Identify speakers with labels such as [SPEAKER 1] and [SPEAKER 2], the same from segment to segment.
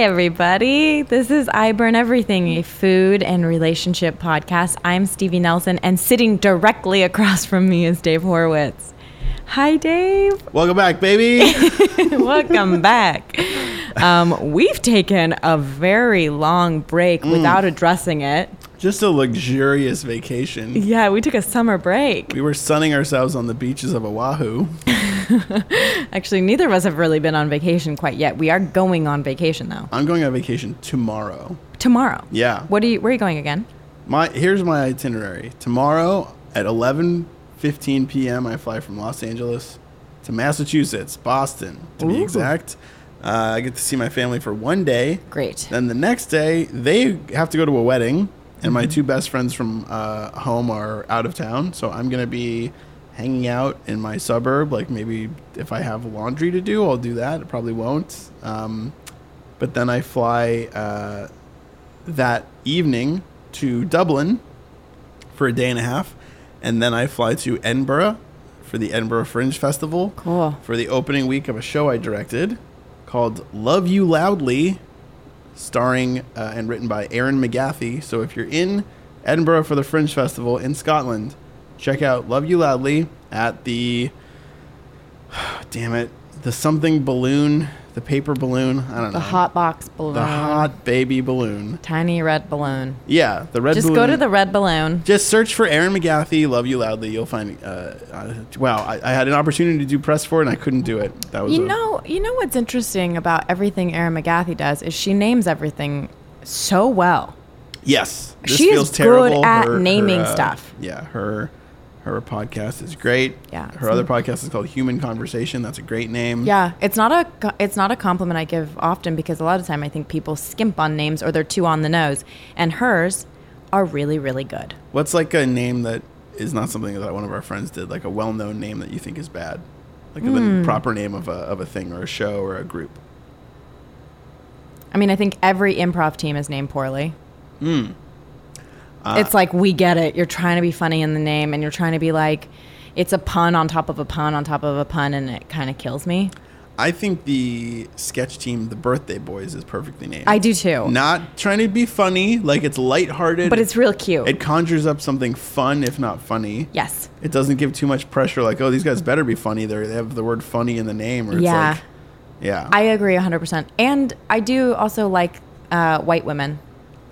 [SPEAKER 1] everybody. This is I Burn Everything, a food and relationship podcast. I'm Stevie Nelson, and sitting directly across from me is Dave Horowitz. Hi, Dave.
[SPEAKER 2] Welcome back, baby.
[SPEAKER 1] Welcome back. Um, we've taken a very long break
[SPEAKER 2] Mm.
[SPEAKER 1] without addressing it.
[SPEAKER 2] Just a luxurious vacation.
[SPEAKER 1] Yeah, we took a summer break.
[SPEAKER 2] We were sunning ourselves on the beaches of Oahu.
[SPEAKER 1] Actually, neither of us have really been on vacation quite yet. We are going on vacation though.
[SPEAKER 2] I'm going on vacation tomorrow.
[SPEAKER 1] Tomorrow.
[SPEAKER 2] Yeah.
[SPEAKER 1] What are you where are you going again?
[SPEAKER 2] My here's my itinerary. Tomorrow at 11:15 p.m. I fly from Los Angeles to Massachusetts, Boston to be
[SPEAKER 1] Ooh.
[SPEAKER 2] exact. Uh, I get to see my family for one day.
[SPEAKER 1] Great.
[SPEAKER 2] Then the next day, they have to go to a wedding, and my two best friends from uh, home are out of town. So I'm gonna be hanging out in my suburb. Like maybe if I have laundry to do, I'll do that. I probably won't. Um, but then I fly uh, that evening to Dublin for a day and a half, and then I fly to Edinburgh for the Edinburgh Fringe Festival
[SPEAKER 1] Cool.
[SPEAKER 2] for the opening week of a show I directed called Love You Loudly, starring uh, and written by Aaron McGaffey. So if you're in Edinburgh for the Fringe Festival in Scotland, check out Love You Loudly at the damn it, the something balloon, the paper balloon, I don't know.
[SPEAKER 1] The hot box balloon.
[SPEAKER 2] the hot baby balloon.
[SPEAKER 1] tiny red balloon.
[SPEAKER 2] Yeah, the red
[SPEAKER 1] Just
[SPEAKER 2] balloon.
[SPEAKER 1] go to the red balloon.
[SPEAKER 2] Just search for Aaron McGaffey, Love You Loudly. You'll find. Uh, uh, wow, I, I had an opportunity to do press for it and I couldn't do it. That was
[SPEAKER 1] You
[SPEAKER 2] a-
[SPEAKER 1] know, you know what's interesting about everything Erin McGathy does is she names everything so well.
[SPEAKER 2] Yes,
[SPEAKER 1] She is good at naming stuff.
[SPEAKER 2] uh, Yeah, her her podcast is great.
[SPEAKER 1] Yeah,
[SPEAKER 2] her other podcast is called Human Conversation. That's a great name.
[SPEAKER 1] Yeah, it's not a co- it's not a compliment I give often because a lot of time I think people skimp on names or they're too on the nose, and hers are really really good.
[SPEAKER 2] What's like a name that is not something that one of our friends did? Like a well known name that you think is bad, like
[SPEAKER 1] Hmm.
[SPEAKER 2] the proper name of a of a thing or a show or a group.
[SPEAKER 1] I mean, I think every improv team is named poorly. it's like we get it. You're trying to be funny in the name, and you're trying to be like, it's a pun on top of a pun on top of a pun, and it kind of kills me.
[SPEAKER 2] I think the sketch team, the Birthday Boys, is perfectly named.
[SPEAKER 1] I do too,
[SPEAKER 2] Not trying to be funny, like it's lighthearted,
[SPEAKER 1] but it's real cute.
[SPEAKER 2] it conjures up something fun, if not funny.
[SPEAKER 1] yes.
[SPEAKER 2] it doesn't give too much pressure like oh these guys better be funny They're, they have the word funny in the name or it's
[SPEAKER 1] Yeah.
[SPEAKER 2] like yeah
[SPEAKER 1] I agree 100%. And I do also like uh, white women.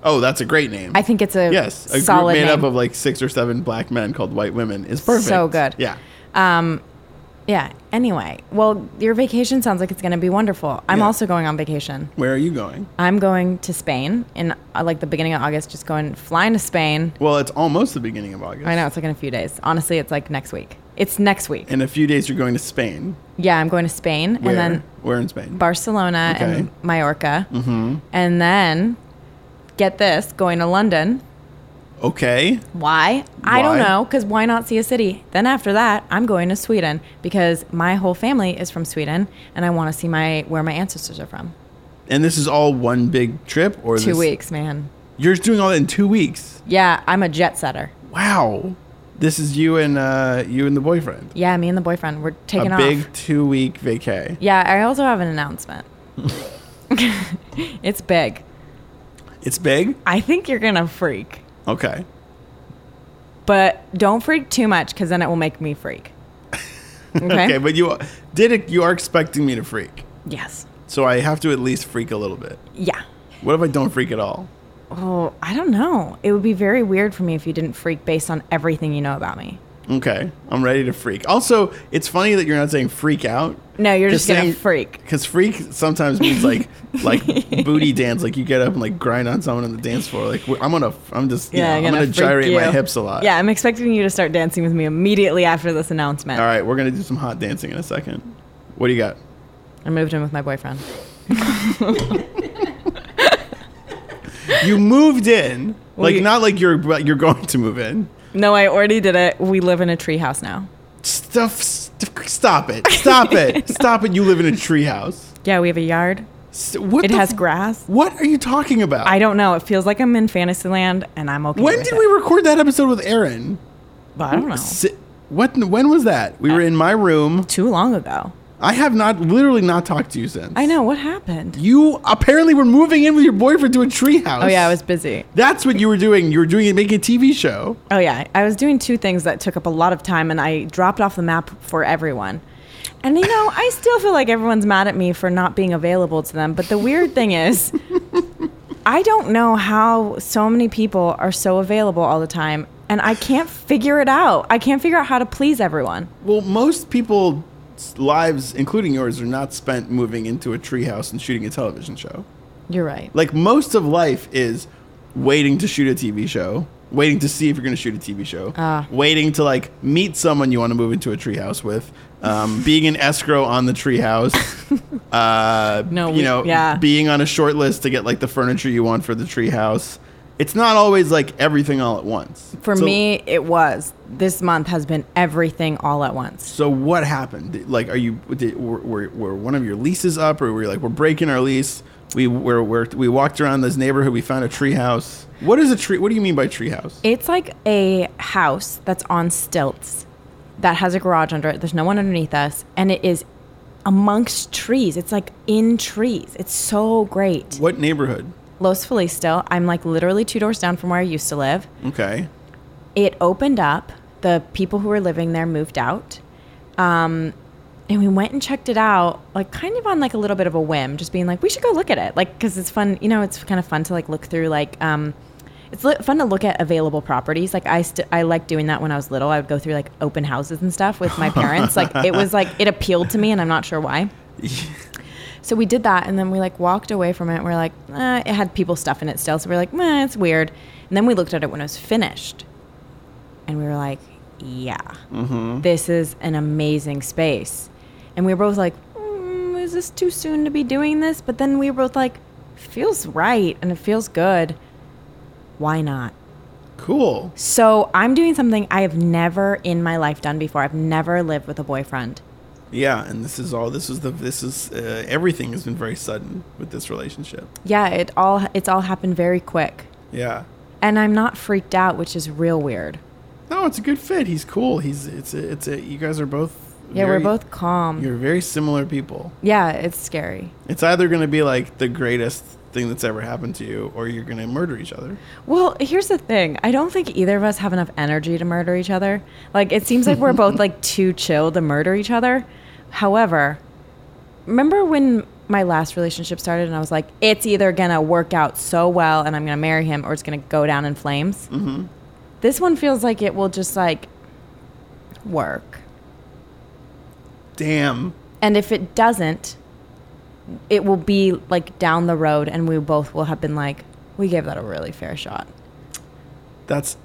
[SPEAKER 2] oh that's a great name
[SPEAKER 1] I think it's a
[SPEAKER 2] yes a
[SPEAKER 1] solid
[SPEAKER 2] group made
[SPEAKER 1] name.
[SPEAKER 2] up of like six or seven black men called white women is perfect
[SPEAKER 1] So good.
[SPEAKER 2] yeah
[SPEAKER 1] yeah. Anyway, well, your vacation sounds like it's going to be wonderful. I'm
[SPEAKER 2] Yeah.
[SPEAKER 1] also going on vacation.
[SPEAKER 2] where are you going
[SPEAKER 1] I'm going to Spain in uh, like the beginning of August, just going flying to Spain.
[SPEAKER 2] well it's almost the beginning of august
[SPEAKER 1] I know it's like in a few days. Honestly, it's like next week. It's next week.
[SPEAKER 2] in a few days you're going to spain
[SPEAKER 1] Yeah, I'm going to Spain
[SPEAKER 2] where
[SPEAKER 1] and then
[SPEAKER 2] where in spain
[SPEAKER 1] Barcelona
[SPEAKER 2] Okay.
[SPEAKER 1] and Mallorca. Mm-hmm. And then get this going to London.
[SPEAKER 2] okay
[SPEAKER 1] Why? I don't
[SPEAKER 2] Why?
[SPEAKER 1] know, because why not see a city? Then after that, I'm going to Sweden because my whole family is from Sweden and I want to see my where my ancestors are from.
[SPEAKER 2] and this is all one big trip or
[SPEAKER 1] Two
[SPEAKER 2] this-
[SPEAKER 1] weeks, man.
[SPEAKER 2] you're doing all that in two weeks
[SPEAKER 1] Yeah, I'm a jet setter.
[SPEAKER 2] wow this is you and uh you and the boyfriend
[SPEAKER 1] Yeah, me and the boyfriend. We're taking
[SPEAKER 2] a
[SPEAKER 1] off.
[SPEAKER 2] big two week vacay
[SPEAKER 1] Yeah, I also have an announcement. it's big.
[SPEAKER 2] it's big
[SPEAKER 1] I think you're gonna freak.
[SPEAKER 2] okay
[SPEAKER 1] But don't freak too much because then it will make me freak. Okay?
[SPEAKER 2] Okay, but you did it. You are expecting me to freak,
[SPEAKER 1] yes.
[SPEAKER 2] so I have to at least freak a little bit.
[SPEAKER 1] Yeah.
[SPEAKER 2] What if I don't freak at all?
[SPEAKER 1] Oh, I don't know. It would be very weird for me if you didn't freak based on everything you know about me.
[SPEAKER 2] Okay, I'm ready to freak. Also, it's funny that you're not saying freak out.
[SPEAKER 1] No, you're just, gonna freak.
[SPEAKER 2] Because freak sometimes means like like booty dance, like you get up and like grind on someone on the dance floor. Like wh- I'm gonna, I'm just, yeah, I'm gonna,
[SPEAKER 1] freak
[SPEAKER 2] gyrate my
[SPEAKER 1] you.
[SPEAKER 2] hips a lot.
[SPEAKER 1] Yeah, I'm expecting you to start dancing with me immediately after this announcement.
[SPEAKER 2] All right, we're gonna do some hot dancing in a second. What do you got?
[SPEAKER 1] I moved in with my boyfriend.
[SPEAKER 2] You moved in, like
[SPEAKER 1] you-
[SPEAKER 2] not like you're you're going to move in.
[SPEAKER 1] No, I already did it. We live in a treehouse now.
[SPEAKER 2] Stuff. St- stop it. Stop it. Stop it. You live in a treehouse.
[SPEAKER 1] Yeah, we have a yard.
[SPEAKER 2] S- What
[SPEAKER 1] It
[SPEAKER 2] the
[SPEAKER 1] has
[SPEAKER 2] f-
[SPEAKER 1] grass.
[SPEAKER 2] What are you talking about?
[SPEAKER 1] I don't know. It feels like I'm in Fantasyland, and I'm okay.
[SPEAKER 2] when
[SPEAKER 1] with
[SPEAKER 2] did
[SPEAKER 1] it.
[SPEAKER 2] we record that episode with Aaron?
[SPEAKER 1] But I don't know.
[SPEAKER 2] Si- What? When was that? We were in my room.
[SPEAKER 1] Too long ago.
[SPEAKER 2] I have not, literally not talked to you since.
[SPEAKER 1] I know. What happened?
[SPEAKER 2] You apparently were moving in with your boyfriend to a treehouse.
[SPEAKER 1] Oh, yeah, I was busy.
[SPEAKER 2] That's what you were doing. You were doing it, making a TV show.
[SPEAKER 1] Oh, yeah. I was doing two things that took up a lot of time, and I dropped off the map for everyone. And, you know, I still feel like everyone's mad at me for not being available to them. But the weird thing is, I don't know how so many people are so available all the time, and I can't figure it out. I can't figure out how to please everyone.
[SPEAKER 2] Well, most people's lives, including yours, are not spent moving into a treehouse and shooting a television show.
[SPEAKER 1] You're right.
[SPEAKER 2] Like most of life is waiting to shoot a TV show, waiting to see if you're going to shoot a TV show,
[SPEAKER 1] Ah.
[SPEAKER 2] waiting to like meet someone you want to move into a treehouse with, um, being an escrow on the treehouse, uh,
[SPEAKER 1] No,
[SPEAKER 2] you
[SPEAKER 1] we-
[SPEAKER 2] know,
[SPEAKER 1] yeah.
[SPEAKER 2] being on a short list to get like the furniture you want for the treehouse. It's not always like everything all at once.
[SPEAKER 1] For
[SPEAKER 2] So-
[SPEAKER 1] me, it was. This month has been everything all at once.
[SPEAKER 2] So what happened? Did- Like, are you did, were, were, were one of your leases up, or were you like we're breaking our lease? We were, we're we walked around this neighborhood. We found a treehouse. What is a tree? What do you mean by treehouse?
[SPEAKER 1] It's like a house that's on stilts that has a garage under it. There's no one underneath us, and it is amongst trees. It's like in trees. It's so great.
[SPEAKER 2] What neighborhood?
[SPEAKER 1] Los Feliz still. I'm like literally two doors down from where I used to live.
[SPEAKER 2] Okay,
[SPEAKER 1] it opened up. The people who were living there moved out. Um, and we went and checked it out, like kind of on like a little bit of a whim, just being like, we should go look at it. Like, cause it's fun, you know, it's kind of fun to like look through, like, um, it's li- fun to look at available properties. Like I, st- I liked doing that when I was little. I would go through like open houses and stuff with my parents. like it was like, it appealed to me and I'm not sure why. So we did that, and then we like walked away from it. We're like, eh, it had people stuff in it still, so we're like, eh, it's weird. And then we looked at it when it was finished, and we were like, yeah,
[SPEAKER 2] Mm-hmm.
[SPEAKER 1] this is an amazing space. And we were both like, mm, is this too soon to be doing this? But then we were both like, feels right and it feels good. Why not?
[SPEAKER 2] cool.
[SPEAKER 1] So I'm doing something I have never in my life done before. I've never lived with a boyfriend.
[SPEAKER 2] Yeah, and this is all. This is the. This is uh, everything has been very sudden with this relationship.
[SPEAKER 1] Yeah, it all it's all happened very quick.
[SPEAKER 2] Yeah.
[SPEAKER 1] and I'm not freaked out, which is real weird.
[SPEAKER 2] No, it's a good fit. He's cool. He's it's a, it's a. You guys are both.
[SPEAKER 1] Yeah,
[SPEAKER 2] very-
[SPEAKER 1] we're both calm.
[SPEAKER 2] You're very similar people.
[SPEAKER 1] Yeah, it's scary.
[SPEAKER 2] It's either going to be like the greatest thing that's ever happened to you, or you're going to murder each other.
[SPEAKER 1] Well, here's the thing. I don't think either of us have enough energy to murder each other. Like it seems like we're both like too chill to murder each other. However, remember when my last relationship started and I was like, it's either going to work out so well and I'm going to marry him or it's going to go down in flames. Mm-hmm. This one feels like it will just like work.
[SPEAKER 2] Damn.
[SPEAKER 1] And if it doesn't, it will be like down the road, and we both will have been like, we gave that a really fair shot.
[SPEAKER 2] That's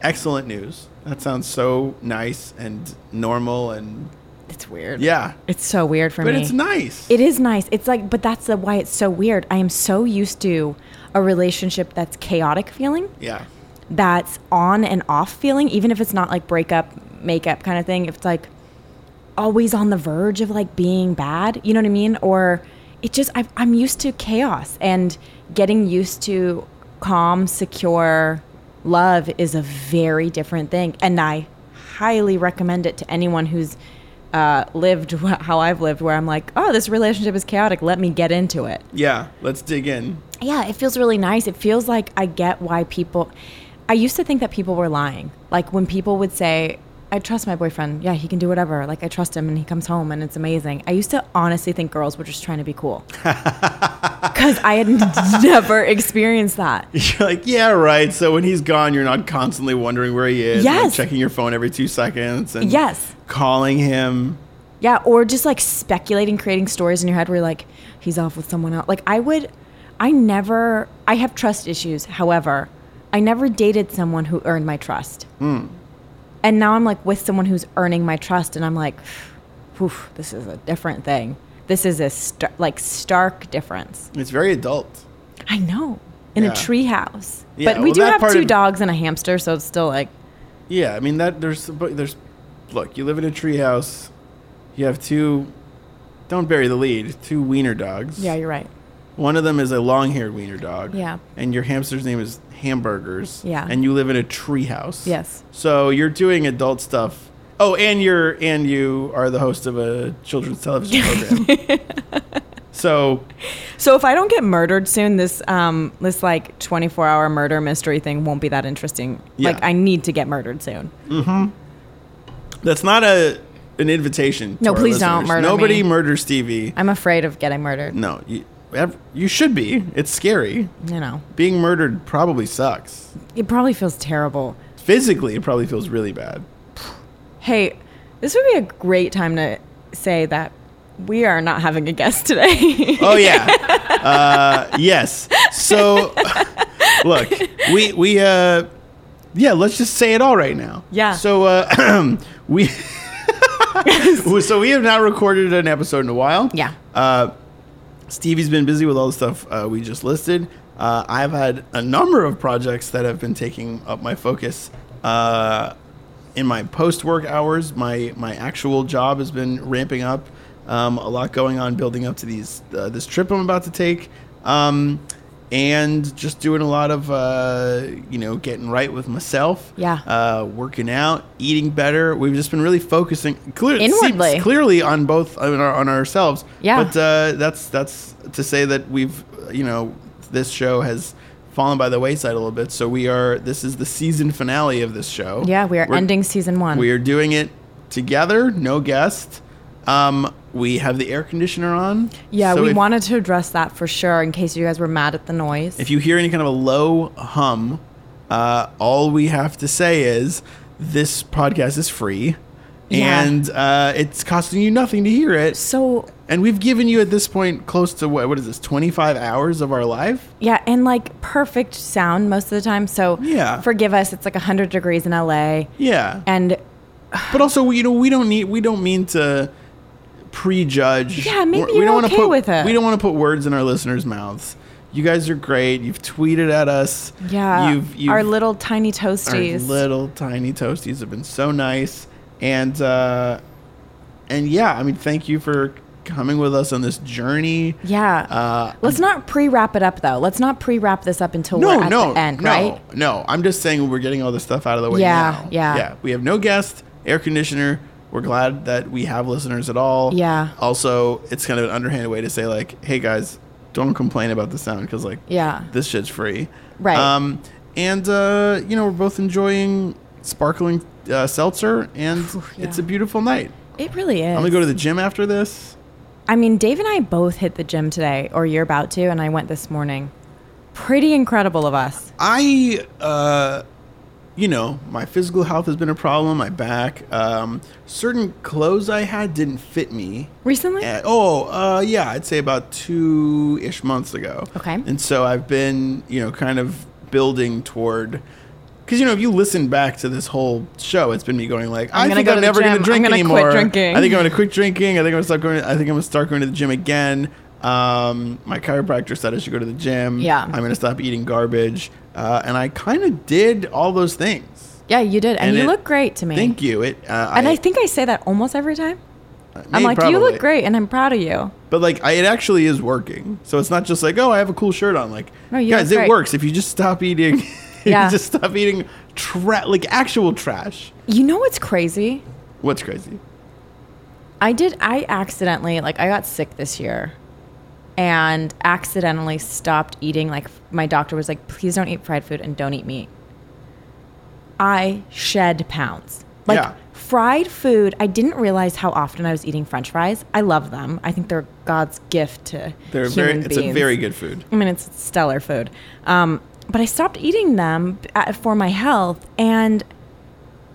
[SPEAKER 2] excellent news. That sounds so nice and normal and
[SPEAKER 1] It's weird.
[SPEAKER 2] yeah,
[SPEAKER 1] It's so weird for
[SPEAKER 2] but
[SPEAKER 1] me.
[SPEAKER 2] it's nice.
[SPEAKER 1] It is nice. It's like, but that's the, why it's so weird. I am so used to a relationship that's chaotic feeling,
[SPEAKER 2] yeah.
[SPEAKER 1] that's on and off feeling, even if it's not like breakup, makeup kind of thing. If it's like always on the verge of like being bad, you know what I mean? Or it just, I've, I'm used to chaos and getting used to calm, secure love is a very different thing. And I highly recommend it to anyone who's uh, lived wh- how I've lived, where I'm like, oh, this relationship is chaotic. Let me get into it
[SPEAKER 2] Yeah, let's dig in.
[SPEAKER 1] yeah, it feels really nice. It feels like I get why people. I used to think that people were lying. Like when people would say, I trust my boyfriend. Yeah, he can do whatever. Like I trust him and he comes home and it's amazing. I used to honestly think girls were just trying to be cool. Because I had never experienced that.
[SPEAKER 2] You're like, yeah, right. So when he's gone, you're not constantly wondering where he is. and, like,
[SPEAKER 1] Yes.
[SPEAKER 2] checking your phone every two seconds and
[SPEAKER 1] Yes.
[SPEAKER 2] calling him.
[SPEAKER 1] Yeah, or just like speculating, creating stories in your head where you're like, he's off with someone else. Like I would, I never, I have trust issues. However, I never dated someone who earned my trust.
[SPEAKER 2] Hmm.
[SPEAKER 1] And now I'm like with someone who's earning my trust, and I'm like, whew, this is a different thing. This is a st- like stark difference.
[SPEAKER 2] It's very adult.
[SPEAKER 1] I know in
[SPEAKER 2] Yeah.
[SPEAKER 1] a treehouse,
[SPEAKER 2] Yeah,
[SPEAKER 1] but we
[SPEAKER 2] well,
[SPEAKER 1] do
[SPEAKER 2] that
[SPEAKER 1] have
[SPEAKER 2] part
[SPEAKER 1] two
[SPEAKER 2] of-
[SPEAKER 1] dogs and a hamster, so it's still like,
[SPEAKER 2] Yeah, I mean that there's but there's look, you live in a treehouse. You have two don't bury the lead, two wiener dogs.
[SPEAKER 1] yeah, you're right.
[SPEAKER 2] One of them is a long-haired wiener dog.
[SPEAKER 1] Yeah.
[SPEAKER 2] And your hamster's name is Hamburgers.
[SPEAKER 1] Yeah.
[SPEAKER 2] And you live in a treehouse.
[SPEAKER 1] Yes.
[SPEAKER 2] So you're doing adult stuff. Oh, and you're and you are the host of a children's television program. so
[SPEAKER 1] So if I don't get murdered soon, this um this like 24 hour murder mystery thing won't be that interesting.
[SPEAKER 2] Yeah.
[SPEAKER 1] Like I need to get murdered soon.
[SPEAKER 2] that's not a an invitation. to
[SPEAKER 1] No,
[SPEAKER 2] our
[SPEAKER 1] please don't
[SPEAKER 2] listeners.
[SPEAKER 1] murder
[SPEAKER 2] Nobody
[SPEAKER 1] me.
[SPEAKER 2] murders Stevie.
[SPEAKER 1] I'm afraid of getting murdered.
[SPEAKER 2] No, you ev- you should be. It's scary.
[SPEAKER 1] You know,
[SPEAKER 2] Being murdered probably sucks.
[SPEAKER 1] it probably feels terrible.
[SPEAKER 2] Physically, it probably feels really bad.
[SPEAKER 1] Hey, this would be a great time to say that we are not having a guest today.
[SPEAKER 2] Oh yeah. uh, yes. So look, we we uh yeah, let's just say it all right now.
[SPEAKER 1] Yeah.
[SPEAKER 2] So uh we so we have not recorded an episode in a while.
[SPEAKER 1] Yeah.
[SPEAKER 2] Uh Stevie's been busy with all the stuff uh, we just listed. Uh, I've had a number of projects that have been taking up my focus. Uh, in my post work hours, my my actual job has been ramping up. Um, a lot going on, building up to these uh, this trip I'm about to take, um, and just doing a lot of uh, you know getting right with myself.
[SPEAKER 1] Yeah.
[SPEAKER 2] uh, working out, eating better. We've just been really focusing clearly
[SPEAKER 1] Inwardly.
[SPEAKER 2] clearly on both on, our, on ourselves.
[SPEAKER 1] Yeah.
[SPEAKER 2] but uh, that's that's to say that we've you know this show has fallen by the wayside a little bit. So we are this is the season finale of this show.
[SPEAKER 1] yeah, we are
[SPEAKER 2] We're-
[SPEAKER 1] ending season one.
[SPEAKER 2] We are doing it together, no guest. Um, we have the air conditioner on.
[SPEAKER 1] yeah,
[SPEAKER 2] so
[SPEAKER 1] we
[SPEAKER 2] if,
[SPEAKER 1] wanted to address that for sure in case you guys were mad at the noise.
[SPEAKER 2] If you hear any kind of a low hum, uh, all we have to say is this podcast is free,
[SPEAKER 1] Yeah.
[SPEAKER 2] and uh, it's costing you nothing to hear it.
[SPEAKER 1] so
[SPEAKER 2] And we've given you at this point close to what, what is this, 25 hours of our life?
[SPEAKER 1] Yeah, and like perfect sound most of the time. So
[SPEAKER 2] Yeah.
[SPEAKER 1] forgive us. It's like 100 degrees in LA.
[SPEAKER 2] Yeah.
[SPEAKER 1] And
[SPEAKER 2] but also, you know, we don't need, we don't mean to prejudge.
[SPEAKER 1] Yeah, maybe
[SPEAKER 2] We're-
[SPEAKER 1] you're
[SPEAKER 2] wanna
[SPEAKER 1] okay
[SPEAKER 2] put,
[SPEAKER 1] with it.
[SPEAKER 2] We don't want to put words in our listeners' mouths. You guys are great. You've tweeted at us.
[SPEAKER 1] yeah,
[SPEAKER 2] You've, you've,
[SPEAKER 1] our little tiny
[SPEAKER 2] our
[SPEAKER 1] toasties.
[SPEAKER 2] little tiny toasties have been so nice. And, uh, and yeah, I mean, thank you for coming with us on this journey.
[SPEAKER 1] yeah.
[SPEAKER 2] Uh,
[SPEAKER 1] Let's not pre wrap it up though. Let's not pre wrap this up until we're at the end,
[SPEAKER 2] no,
[SPEAKER 1] right?
[SPEAKER 2] No, I'm just saying we're getting all this stuff out of the way.
[SPEAKER 1] Yeah,
[SPEAKER 2] now.
[SPEAKER 1] yeah.
[SPEAKER 2] yeah. We have no guest, air conditioner. We're glad that we have listeners at all.
[SPEAKER 1] Yeah.
[SPEAKER 2] Also, it's kind of an underhanded way to say like, hey guys, don't complain about the sound because like,
[SPEAKER 1] Yeah.
[SPEAKER 2] this shit's free.
[SPEAKER 1] Right.
[SPEAKER 2] Um, and uh, you know we're both enjoying sparkling uh, seltzer, and
[SPEAKER 1] yeah.
[SPEAKER 2] it's a beautiful night.
[SPEAKER 1] It really is.
[SPEAKER 2] I'm gonna go to the gym after this.
[SPEAKER 1] I mean, Dave and I both hit the gym today, or you're about to, and I went this morning. Pretty incredible of us.
[SPEAKER 2] I, uh, you know, my physical health has been a problem. My back, um, certain clothes I had didn't fit me.
[SPEAKER 1] Recently?
[SPEAKER 2] At, oh, uh, yeah, I'd say about two ish months ago.
[SPEAKER 1] Okay.
[SPEAKER 2] And so I've been, you know, kind of building toward. Because you know, if you listen back to this whole show, it's been me going like, i
[SPEAKER 1] I'm gonna
[SPEAKER 2] think
[SPEAKER 1] go
[SPEAKER 2] I'm
[SPEAKER 1] to the
[SPEAKER 2] never going
[SPEAKER 1] gym.
[SPEAKER 2] to
[SPEAKER 1] I'm
[SPEAKER 2] drink
[SPEAKER 1] gonna quit
[SPEAKER 2] anymore.
[SPEAKER 1] drinking."
[SPEAKER 2] I think I'm going to quit drinking. I think I'm going to stop going. I think I'm going to start going to the gym again. Um, my chiropractor said I should go to the gym.
[SPEAKER 1] Yeah.
[SPEAKER 2] I'm going to stop eating garbage. Uh, and I kind of did all those things.
[SPEAKER 1] yeah, you did. And,
[SPEAKER 2] And
[SPEAKER 1] you
[SPEAKER 2] it-
[SPEAKER 1] look great to me.
[SPEAKER 2] Thank you. It. Uh,
[SPEAKER 1] And I think I say that almost every time. I'm
[SPEAKER 2] maybe
[SPEAKER 1] like, you
[SPEAKER 2] probably.
[SPEAKER 1] look great, and I'm proud of you.
[SPEAKER 2] But like, I, it actually is working. So it's not just like, oh, I have a cool shirt on. Like,
[SPEAKER 1] No, you
[SPEAKER 2] guys,
[SPEAKER 1] look
[SPEAKER 2] it
[SPEAKER 1] great.
[SPEAKER 2] works if you just stop eating. if
[SPEAKER 1] Yeah.
[SPEAKER 2] you just stop eating tra- like actual trash.
[SPEAKER 1] You know what's crazy?
[SPEAKER 2] What's crazy?
[SPEAKER 1] I did. I accidentally like I got sick this year, and accidentally stopped eating. Like my doctor was like, "Please don't eat fried food and don't eat meat." I shed pounds. Like
[SPEAKER 2] Yeah.
[SPEAKER 1] fried food, I didn't realize how often I was eating French fries. I love them. I think they're God's gift to
[SPEAKER 2] They're very.
[SPEAKER 1] human
[SPEAKER 2] It's a
[SPEAKER 1] beings.
[SPEAKER 2] very good food.
[SPEAKER 1] I mean, it's stellar food. Um, but I stopped eating them at, for my health, and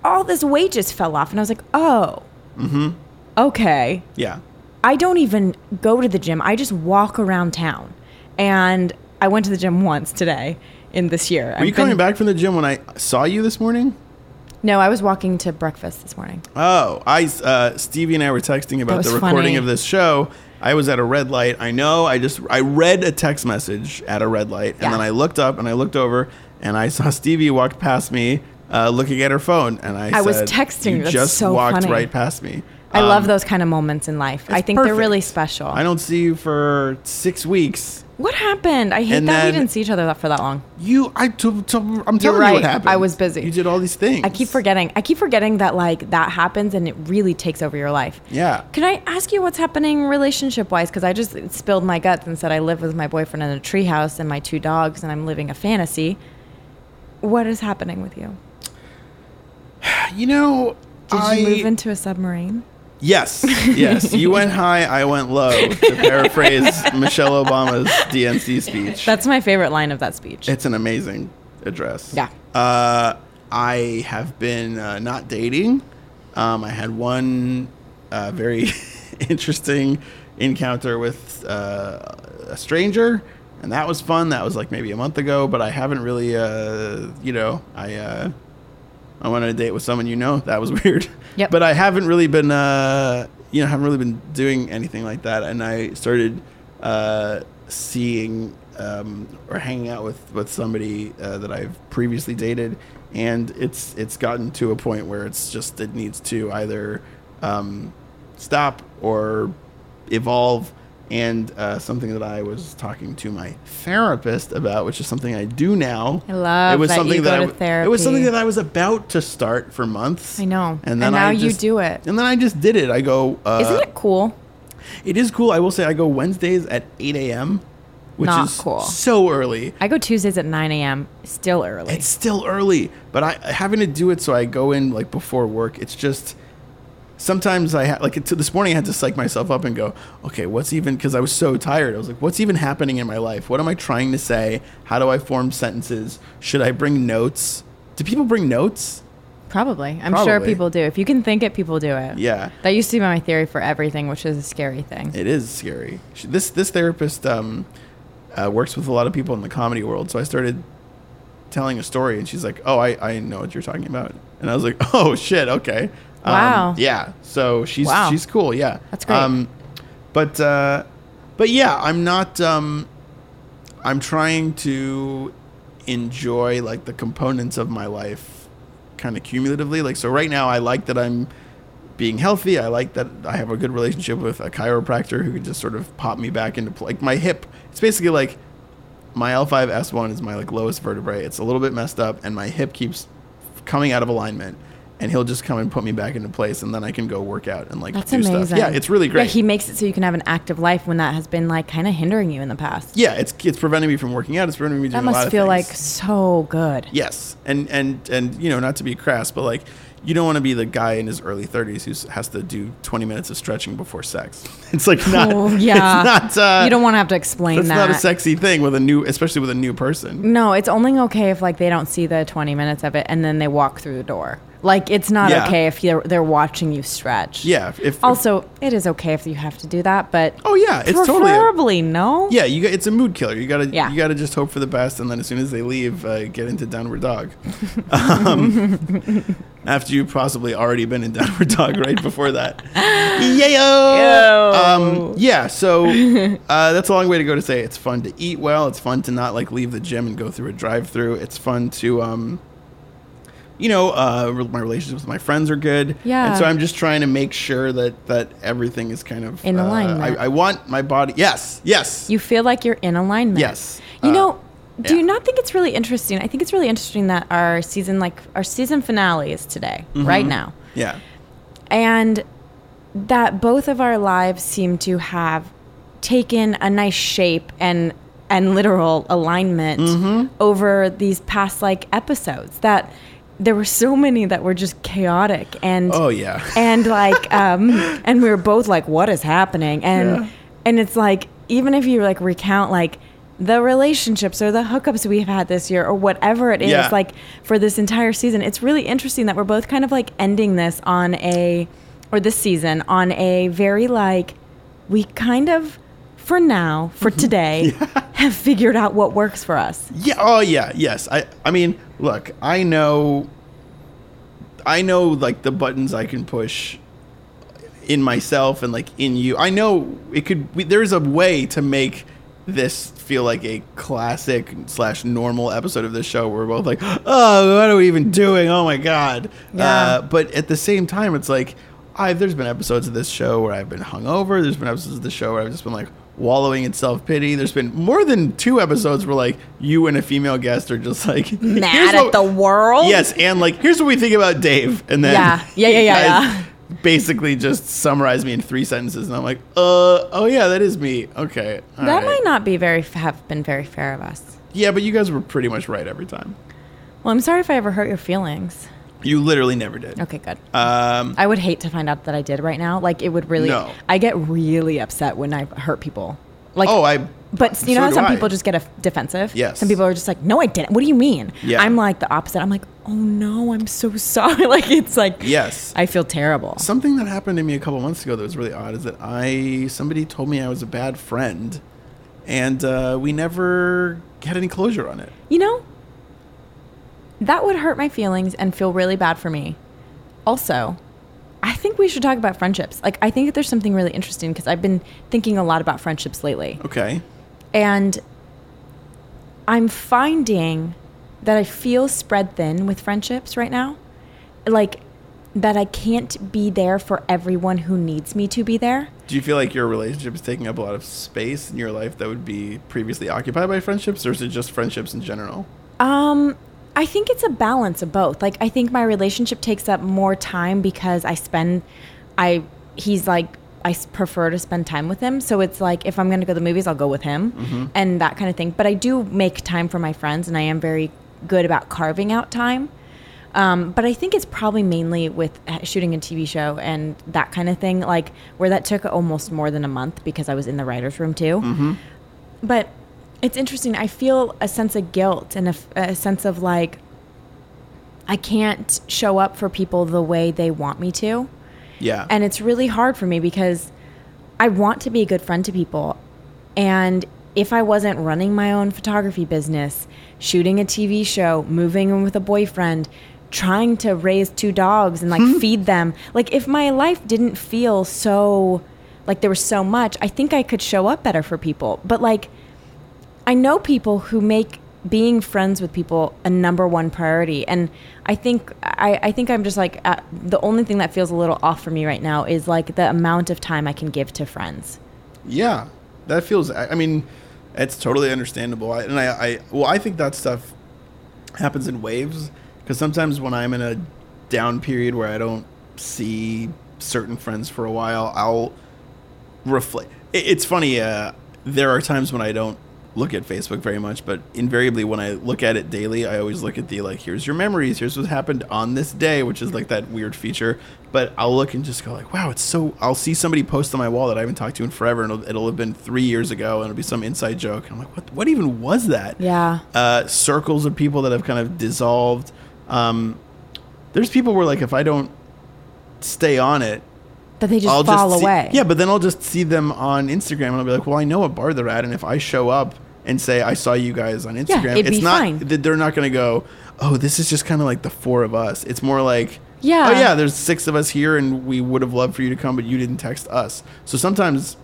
[SPEAKER 1] all this weight just fell off. And I was like, oh,
[SPEAKER 2] Mm-hmm.
[SPEAKER 1] okay.
[SPEAKER 2] Yeah.
[SPEAKER 1] I don't even go to the gym. I just walk around town. And I went to the gym once today in this year.
[SPEAKER 2] Were you coming back from the gym when I saw you this morning?
[SPEAKER 1] No, I was walking to breakfast this morning.
[SPEAKER 2] Oh, I uh, Stevie and I were texting about
[SPEAKER 1] was
[SPEAKER 2] the recording
[SPEAKER 1] funny.
[SPEAKER 2] of this show. I was at a red light. I know. I just I read a text message at a red light,
[SPEAKER 1] Yeah.
[SPEAKER 2] and then I looked up and I looked over and I saw Stevie walk past me, uh, looking at her phone, and I
[SPEAKER 1] I was
[SPEAKER 2] said,
[SPEAKER 1] texting.
[SPEAKER 2] You
[SPEAKER 1] That's
[SPEAKER 2] just
[SPEAKER 1] so
[SPEAKER 2] walked
[SPEAKER 1] funny.
[SPEAKER 2] right past me.
[SPEAKER 1] I I love those kind of moments in life. I think they're really
[SPEAKER 2] Um, perfect.
[SPEAKER 1] special.
[SPEAKER 2] I don't see you for six weeks.
[SPEAKER 1] What happened? I hate
[SPEAKER 2] And
[SPEAKER 1] that we
[SPEAKER 2] then-
[SPEAKER 1] didn't see each other that- for that long.
[SPEAKER 2] You, I, t- t- I'm telling you
[SPEAKER 1] right.
[SPEAKER 2] what happened.
[SPEAKER 1] I was busy.
[SPEAKER 2] You did all these things.
[SPEAKER 1] I keep forgetting. I keep forgetting that like that happens and it really takes over your life.
[SPEAKER 2] Yeah.
[SPEAKER 1] Can I ask you what's happening relationship wise? Because I just spilled my guts and said I live with my boyfriend in a treehouse and my two dogs and I'm living a fantasy. What is happening with you?
[SPEAKER 2] You know,
[SPEAKER 1] Did
[SPEAKER 2] I,
[SPEAKER 1] you move into a submarine?
[SPEAKER 2] Yes, yes. you went high, I went low. To paraphrase Michelle Obama's DNC speech.
[SPEAKER 1] That's my favorite line of that speech.
[SPEAKER 2] It's an amazing address.
[SPEAKER 1] Yeah.
[SPEAKER 2] Uh, I have been uh, not dating. Um, I had one uh, very interesting encounter with uh, a stranger, and that was fun. That was like maybe a month ago, but I haven't really, uh, you know, I. Uh, I went on a date with someone you know. That was weird.
[SPEAKER 1] Yep.
[SPEAKER 2] But I haven't really been, uh, you know, haven't really been doing anything like that. And I started uh, seeing um, or hanging out with with somebody uh, that I've previously dated, and it's it's gotten to a point where it's just it needs to either um, stop or evolve. And uh, something that I was talking to my therapist about, which is something I do now.
[SPEAKER 1] I love that you go to
[SPEAKER 2] I w- It was something
[SPEAKER 1] therapy.
[SPEAKER 2] that I was about to start for months.
[SPEAKER 1] I know. And now you do it.
[SPEAKER 2] And then I just did it. I go. Uh,
[SPEAKER 1] Isn't it cool?
[SPEAKER 2] It is cool. I will say I go Wednesdays at 8 a.m., which
[SPEAKER 1] Not
[SPEAKER 2] is
[SPEAKER 1] cool.
[SPEAKER 2] so early.
[SPEAKER 1] I go Tuesdays at 9 a.m. Still early.
[SPEAKER 2] It's still early, but I having to do it so I go in like before work. It's just sometimes I ha- like to this morning I had to psych myself up and go, okay, what's even because I was so tired. I was like, what's even happening in my life? What am I trying to say? How do I form sentences? Should I bring notes? Do people bring notes?
[SPEAKER 1] Probably. I'm sure
[SPEAKER 2] Probably.
[SPEAKER 1] people do. If you can think it, people do it.
[SPEAKER 2] Yeah.
[SPEAKER 1] That used to be my theory for everything, which is a scary thing.
[SPEAKER 2] It is scary. She- This this therapist um, uh, works with a lot of people in the comedy world, so I started telling a story, and she's like, "Oh, I, I know what you're talking about," and I was like, "Oh shit, okay." Um,
[SPEAKER 1] Wow.
[SPEAKER 2] yeah. So she's
[SPEAKER 1] Wow.
[SPEAKER 2] she's cool. Yeah.
[SPEAKER 1] That's great.
[SPEAKER 2] Um, but uh, but yeah, I'm not. Um, I'm trying to enjoy like the components of my life kind of cumulatively. Like so right now I like that I'm being healthy. I like that I have a good relationship with a chiropractor who can just sort of pop me back into pl- like my hip. It's basically like my L5S1 is my like lowest vertebrae. It's a little bit messed up and my hip keeps coming out of alignment and he'll just come and put me back into place and then I can go work out and like
[SPEAKER 1] That's
[SPEAKER 2] do
[SPEAKER 1] amazing.
[SPEAKER 2] stuff. Yeah, it's really great.
[SPEAKER 1] Yeah, he makes it so you can have an active life when that has been like kind of hindering you in the past.
[SPEAKER 2] yeah, it's it's preventing me from working out. It's preventing me from
[SPEAKER 1] that
[SPEAKER 2] doing a lot
[SPEAKER 1] must
[SPEAKER 2] of
[SPEAKER 1] feel like
[SPEAKER 2] things.
[SPEAKER 1] so good.
[SPEAKER 2] Yes, and and and you know, not to be crass, but like you don't want to be the guy in his early 30s who has to do 20 minutes of stretching before sex. It's like not,
[SPEAKER 1] Oh, yeah.
[SPEAKER 2] yeah. it's not, uh,
[SPEAKER 1] you don't want to have to explain
[SPEAKER 2] that's
[SPEAKER 1] that. Mm.
[SPEAKER 2] not a sexy thing with a new, especially with a new person.
[SPEAKER 1] no, it's only okay if like they don't see the 20 minutes of it and then they walk through the door. Like it's not
[SPEAKER 2] Yeah.
[SPEAKER 1] okay if you're, they're watching you stretch.
[SPEAKER 2] Yeah. If, if-
[SPEAKER 1] Also, it is okay if you have to do that, but
[SPEAKER 2] oh yeah, it's totally, a-
[SPEAKER 1] preferably no.
[SPEAKER 2] yeah, you got, it's a mood killer. You gotta,
[SPEAKER 1] Yeah.
[SPEAKER 2] you gotta just hope for the best. And then as soon as they leave, uh, get into downward dog. um, after you've possibly already been in downward dog right before that.
[SPEAKER 1] Yo.
[SPEAKER 2] Um, yeah, so uh, that's a long way to go to say it's fun to eat well. It's fun to not like leave the gym and go through a drive-through. It's fun to, um, you know, uh, re- my relationships with my friends are good.
[SPEAKER 1] Yeah.
[SPEAKER 2] and so I'm just trying to make sure that that everything is kind of
[SPEAKER 1] In
[SPEAKER 2] uh,
[SPEAKER 1] alignment.
[SPEAKER 2] I, I want my body. Yes, yes.
[SPEAKER 1] You feel like you're in alignment.
[SPEAKER 2] Yes.
[SPEAKER 1] You
[SPEAKER 2] Uh,
[SPEAKER 1] know, do
[SPEAKER 2] yeah.
[SPEAKER 1] you not think it's really interesting? I think it's really interesting that our season, like our season finale, is today, right
[SPEAKER 2] Mm-hmm.
[SPEAKER 1] now,
[SPEAKER 2] yeah.
[SPEAKER 1] and that both of our lives seem to have taken a nice shape and and literal alignment
[SPEAKER 2] Mm-hmm.
[SPEAKER 1] over these past like episodes. That there were so many that were just chaotic and
[SPEAKER 2] Oh yeah.
[SPEAKER 1] and like um and we were both like what is happening and
[SPEAKER 2] Yeah.
[SPEAKER 1] and it's like even if you like recount like the relationships or the hookups we've had this year or whatever it is
[SPEAKER 2] Yeah.
[SPEAKER 1] like for this entire season it's really interesting that we're both kind of like ending this on a or this season on a very like we kind of for now for
[SPEAKER 2] Mm-hmm.
[SPEAKER 1] today have figured out what works for us
[SPEAKER 2] Yeah. Oh, yeah. Yes. I. I mean, look. I know. I know like the buttons I can push in myself and like in you. I know it could. We, there is a way to make this feel like a classic slash normal episode of this show. Where we're both like, oh, what are we even doing? Oh my god.
[SPEAKER 1] Yeah.
[SPEAKER 2] Uh, but at the same time, it's like. I there's been episodes of this show where I've been hungover. There's been episodes of the show where I've just been like wallowing in self pity. There's been more than two episodes where like you and a female guest are just like "Here's
[SPEAKER 1] Mad
[SPEAKER 2] what-
[SPEAKER 1] at the world.
[SPEAKER 2] Yes, and like here's what we think about Dave, and then
[SPEAKER 1] Oh. Yeah. Yeah, yeah,
[SPEAKER 2] you
[SPEAKER 1] yeah,
[SPEAKER 2] guys
[SPEAKER 1] yeah.
[SPEAKER 2] Basically, just summarize me in three sentences, and I'm like, uh, oh yeah, that is me. Okay, all
[SPEAKER 1] that
[SPEAKER 2] right.
[SPEAKER 1] might not be very have been very fair of us.
[SPEAKER 2] Yeah, but you guys were pretty much right every time.
[SPEAKER 1] Well, I'm sorry if I ever hurt your feelings.
[SPEAKER 2] You literally never did.
[SPEAKER 1] Okay, good.
[SPEAKER 2] Um,
[SPEAKER 1] I would hate to find out that I did right now. Like it would really.
[SPEAKER 2] No.
[SPEAKER 1] I get really upset when I hurt people. Like
[SPEAKER 2] oh, I.
[SPEAKER 1] But you
[SPEAKER 2] so
[SPEAKER 1] know how
[SPEAKER 2] do
[SPEAKER 1] some
[SPEAKER 2] I.
[SPEAKER 1] people just get a- defensive?
[SPEAKER 2] Yes.
[SPEAKER 1] Some people are just like, no, I didn't. What do you mean?
[SPEAKER 2] Yeah.
[SPEAKER 1] I'm like the opposite. I'm like, oh no, I'm so sorry. like, it's like,
[SPEAKER 2] Yes.
[SPEAKER 1] I feel terrible.
[SPEAKER 2] Something that happened to me a couple months ago that was really odd is that I somebody told me I was a bad friend, and uh, we never had any closure on it.
[SPEAKER 1] You know, that would hurt my feelings and feel really bad for me. Also, I think we should talk about friendships. Like, I think that there's something really interesting because I've been thinking a lot about friendships lately.
[SPEAKER 2] Okay.
[SPEAKER 1] And I'm finding that I feel spread thin with friendships right now. Like that I can't be there for everyone who needs me to be there.
[SPEAKER 2] Do you feel like your relationship is taking up a lot of space in your life that would be previously occupied by friendships, or is it just friendships in general?
[SPEAKER 1] Um I think it's a balance of both. Like I think my relationship takes up more time because I spend I he's like I s- prefer to spend time with him. So it's like if I'm going to go to the movies, I'll go with him and that kind of thing. But I do make time for my friends and I am very good about carving out time. Um, but I think it's probably mainly with uh, shooting a TV show and that kind of thing, like where that took almost more than a month because I was in the writer's room too. But it's interesting. I feel a sense of guilt and a, f- a sense of like, I can't show up for people the way they want me to.
[SPEAKER 2] Yeah.
[SPEAKER 1] And it's really hard for me because I want to be a good friend to people. And if I wasn't running my own photography business, shooting a TV show, moving in with a boyfriend, trying to raise two dogs and like feed them, like if my life didn't feel so like there was so much, I think I could show up better for people. But like, I know people who make being friends with people a number one priority, and I think I, I think I'm just like uh, the only thing that feels a little off for me right now is like the amount of time I can give to friends.
[SPEAKER 2] Yeah, that feels. I I mean, it's totally understandable. I, and I, I, well, I think that stuff happens in waves because sometimes when I'm in a down period where I don't see certain friends for a while, I'll reflect. It, it's funny. Uh, there are times when I don't look at Facebook very much, but invariably when I look at it daily, I always look at the like, here's your memories, here's what happened on this day, which is like that weird feature. But I'll look and just go like, wow, it's so. I'll see somebody post on my wall that I haven't talked to in forever, and it'll, it'll have been three years ago, and it'll be some inside joke. And I'm like, what? What even was that?
[SPEAKER 1] Yeah.
[SPEAKER 2] uh, circles of people that have kind of dissolved. Um, there's people where like if I don't stay on it,
[SPEAKER 1] That they just
[SPEAKER 2] I'll
[SPEAKER 1] fall
[SPEAKER 2] just see-
[SPEAKER 1] away.
[SPEAKER 2] yeah, but then I'll just see them on Instagram and I'll be like, well, I know what bar they're at, and if I show up and say I saw you guys on Instagram,
[SPEAKER 1] it'd
[SPEAKER 2] it's
[SPEAKER 1] be
[SPEAKER 2] not
[SPEAKER 1] fine.
[SPEAKER 2] th- they're not going to go, oh, this is just kind of like the four of us. It's more like.
[SPEAKER 1] Yeah.
[SPEAKER 2] Oh yeah, there's six of us here, and we would have loved for you to come, but you didn't text us. So sometimes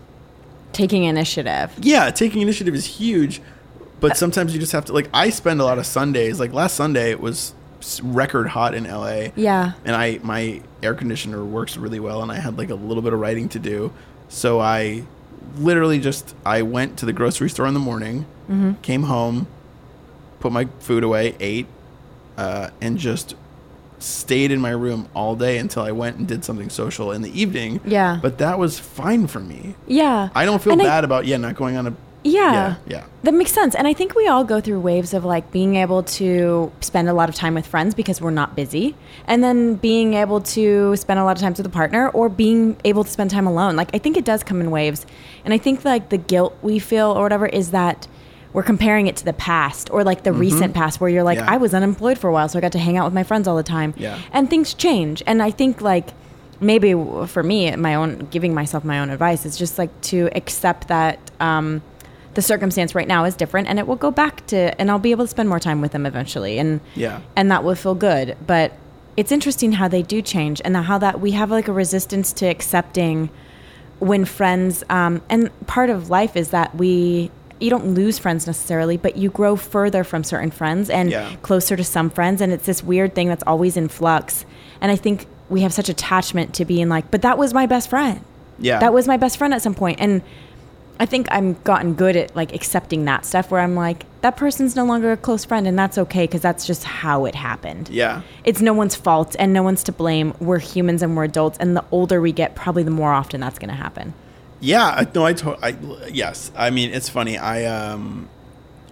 [SPEAKER 1] Taking initiative.
[SPEAKER 2] yeah, taking initiative is huge, but sometimes you just have to. Like, I spend a lot of Sundays. Like last Sunday, it was s- record hot in LA.
[SPEAKER 1] Yeah.
[SPEAKER 2] and I my air conditioner works really well, and I had like a little bit of writing to do, so I literally just I went to the grocery store in the morning,
[SPEAKER 1] Mm-hmm.
[SPEAKER 2] came home, put my food away, ate, uh, and just stayed in my room all day until I went and did something social in the evening.
[SPEAKER 1] Yeah.
[SPEAKER 2] But that was fine for me.
[SPEAKER 1] Yeah.
[SPEAKER 2] I don't feel
[SPEAKER 1] And I-
[SPEAKER 2] bad about yeah not going on a
[SPEAKER 1] Yeah.
[SPEAKER 2] yeah yeah
[SPEAKER 1] That makes sense. And I think we all go through waves of like being able to spend a lot of time with friends because we're not busy, and then being able to spend a lot of times with a partner or being able to spend time alone. Like, I think it does come in waves. And I think like the guilt we feel or whatever is that we're comparing it to the past or like the recent past where you're like,
[SPEAKER 2] Mm-hmm. Yeah.
[SPEAKER 1] I was unemployed for a while, so I got to hang out with my friends all the time.
[SPEAKER 2] Yeah.
[SPEAKER 1] And things change. And I think like, Maybe w- for me, my own giving myself my own advice is just like to accept that um, the circumstance right now is different and it will go back to and I'll be able to spend more time with them eventually and
[SPEAKER 2] Yeah.
[SPEAKER 1] and that will feel good but it's interesting how they do change and how that we have like a resistance to accepting when friends um, and part of life is that we you don't lose friends necessarily but you grow further from certain friends and
[SPEAKER 2] Yeah.
[SPEAKER 1] closer to some friends and it's this weird thing that's always in flux and I think we have such attachment to being like, but that was my best friend.
[SPEAKER 2] Yeah.
[SPEAKER 1] That was my best friend at some point. And I think I'm gotten good at like accepting that stuff where I'm like, that person's no longer a close friend and that's okay because that's just how it happened.
[SPEAKER 2] Yeah.
[SPEAKER 1] It's no one's fault and no one's to blame. We're humans and we're adults. And the older we get, probably the more often that's going to happen.
[SPEAKER 2] Yeah, I- no, I, to- I yes. I mean, it's funny. I um,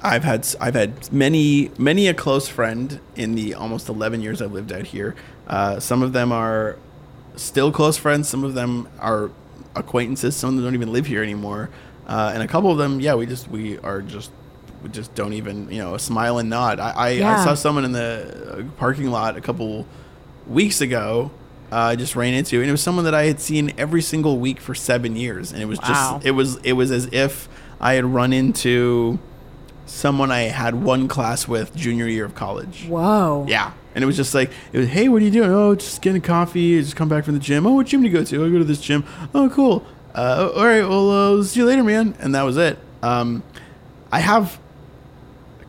[SPEAKER 2] I've had s- I've had many many a close friend in the almost eleven years I've lived out here. Uh, some of them are still close friends. Some of them are acquaintances. Some of them don't even live here anymore. Uh, and a couple of them, yeah, we just we are just we just don't even you know smile and nod. I I, I
[SPEAKER 1] Yeah.
[SPEAKER 2] saw someone in the uh, parking lot a couple weeks ago. uh, I just ran into, and it was someone that I had seen every single week for seven years, and it was
[SPEAKER 1] Wow.
[SPEAKER 2] just it was it was as if I had run into someone I had one class with junior year of college.
[SPEAKER 1] Whoa.
[SPEAKER 2] Yeah. And it was just like, it was, hey, what are you doing? Oh, just getting coffee. Just come back from the gym. Oh, what gym do you go to? I go to this gym. Oh, cool. Uh, all right. Well, uh, see you later, man. And that was it. Um, I have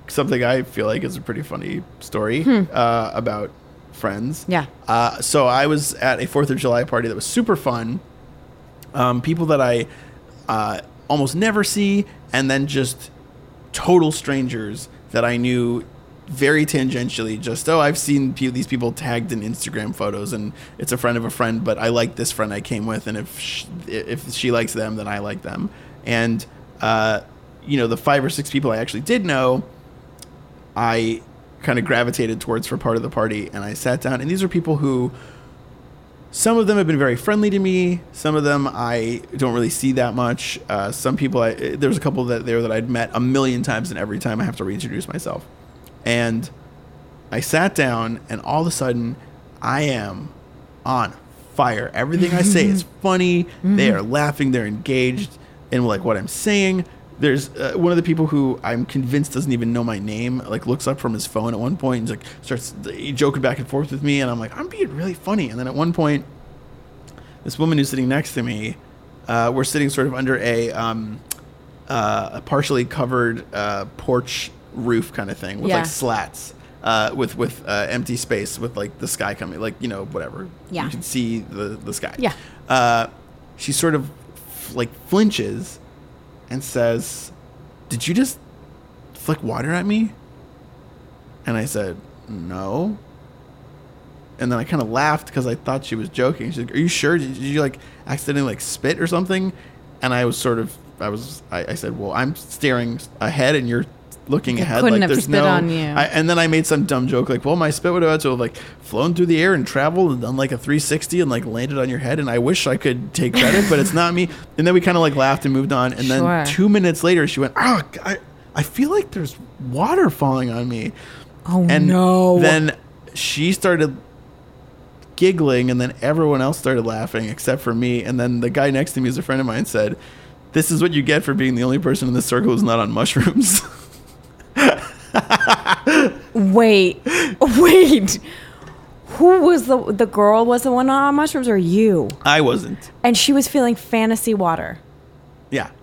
[SPEAKER 2] something I feel like is a pretty funny story uh, about friends.
[SPEAKER 1] Yeah.
[SPEAKER 2] Uh, so I was at a Fourth of July party that was super fun. Um, people that I uh, almost never see, and then just total strangers that I knew very tangentially. Just oh, I've seen pe- these people tagged in Instagram photos, and it's a friend of a friend, but I like this friend I came with, and if sh if she likes them, then I like them. And uh, you know, the five or six people I actually did know, I kind of gravitated towards for part of the party, and I sat down, and these are people who. Some of them have been very friendly to me. Some of them I don't really see that much. Uh, some people, I, eh, there's a couple that there that I'd met a million times, and every time I have to reintroduce myself. And I sat down, and all of a sudden, I am on fire. Everything I say is funny. They are laughing. They're engaged in like what I'm saying. There's uh, one of the people who I'm convinced doesn't even know my name. Like looks up from his phone at one point and like starts eh, joking back and forth with me, and I'm like, I'm being really funny. And then at one point, this woman who's sitting next to me, uh, we're sitting sort of under a um, uh, a partially covered uh, porch roof kind of thing with
[SPEAKER 1] Yeah.
[SPEAKER 2] like slats uh, with with uh, empty space with like the sky coming like you know whatever
[SPEAKER 1] Yeah.
[SPEAKER 2] you can see the the sky
[SPEAKER 1] Yeah.
[SPEAKER 2] uh, she sort of f- like flinches and says did you just flick water at me and I said no and then I kind of laughed because I thought she was joking. She's like, "Are you sure? Did, did you like accidentally like spit or something?" And I was sort of, I was, I, I said, "Well, I'm staring ahead, and you're looking ahead.
[SPEAKER 1] couldn't
[SPEAKER 2] like
[SPEAKER 1] have
[SPEAKER 2] there's
[SPEAKER 1] spit
[SPEAKER 2] no."
[SPEAKER 1] on you.
[SPEAKER 2] I, and then I made some dumb joke like, "Well, my spit would have had to have like flown through the air and traveled and done like a 360 and like landed on your head." And I wish I could take credit, but it's not me. And then we kind of like laughed and moved on. And
[SPEAKER 1] Sure.
[SPEAKER 2] then two minutes later, she went, "Oh, I, I feel like there's water falling on me."
[SPEAKER 1] Oh,
[SPEAKER 2] and
[SPEAKER 1] no.
[SPEAKER 2] then she started giggling and then everyone else started laughing except for me and then the guy next to me is a friend of mine said this is what you get for being the only person in this circle who's not on mushrooms
[SPEAKER 1] Wait, wait. Who was the the girl? Was the one on mushrooms or you?
[SPEAKER 2] i wasn't
[SPEAKER 1] And she was feeling fantasy water.
[SPEAKER 2] yeah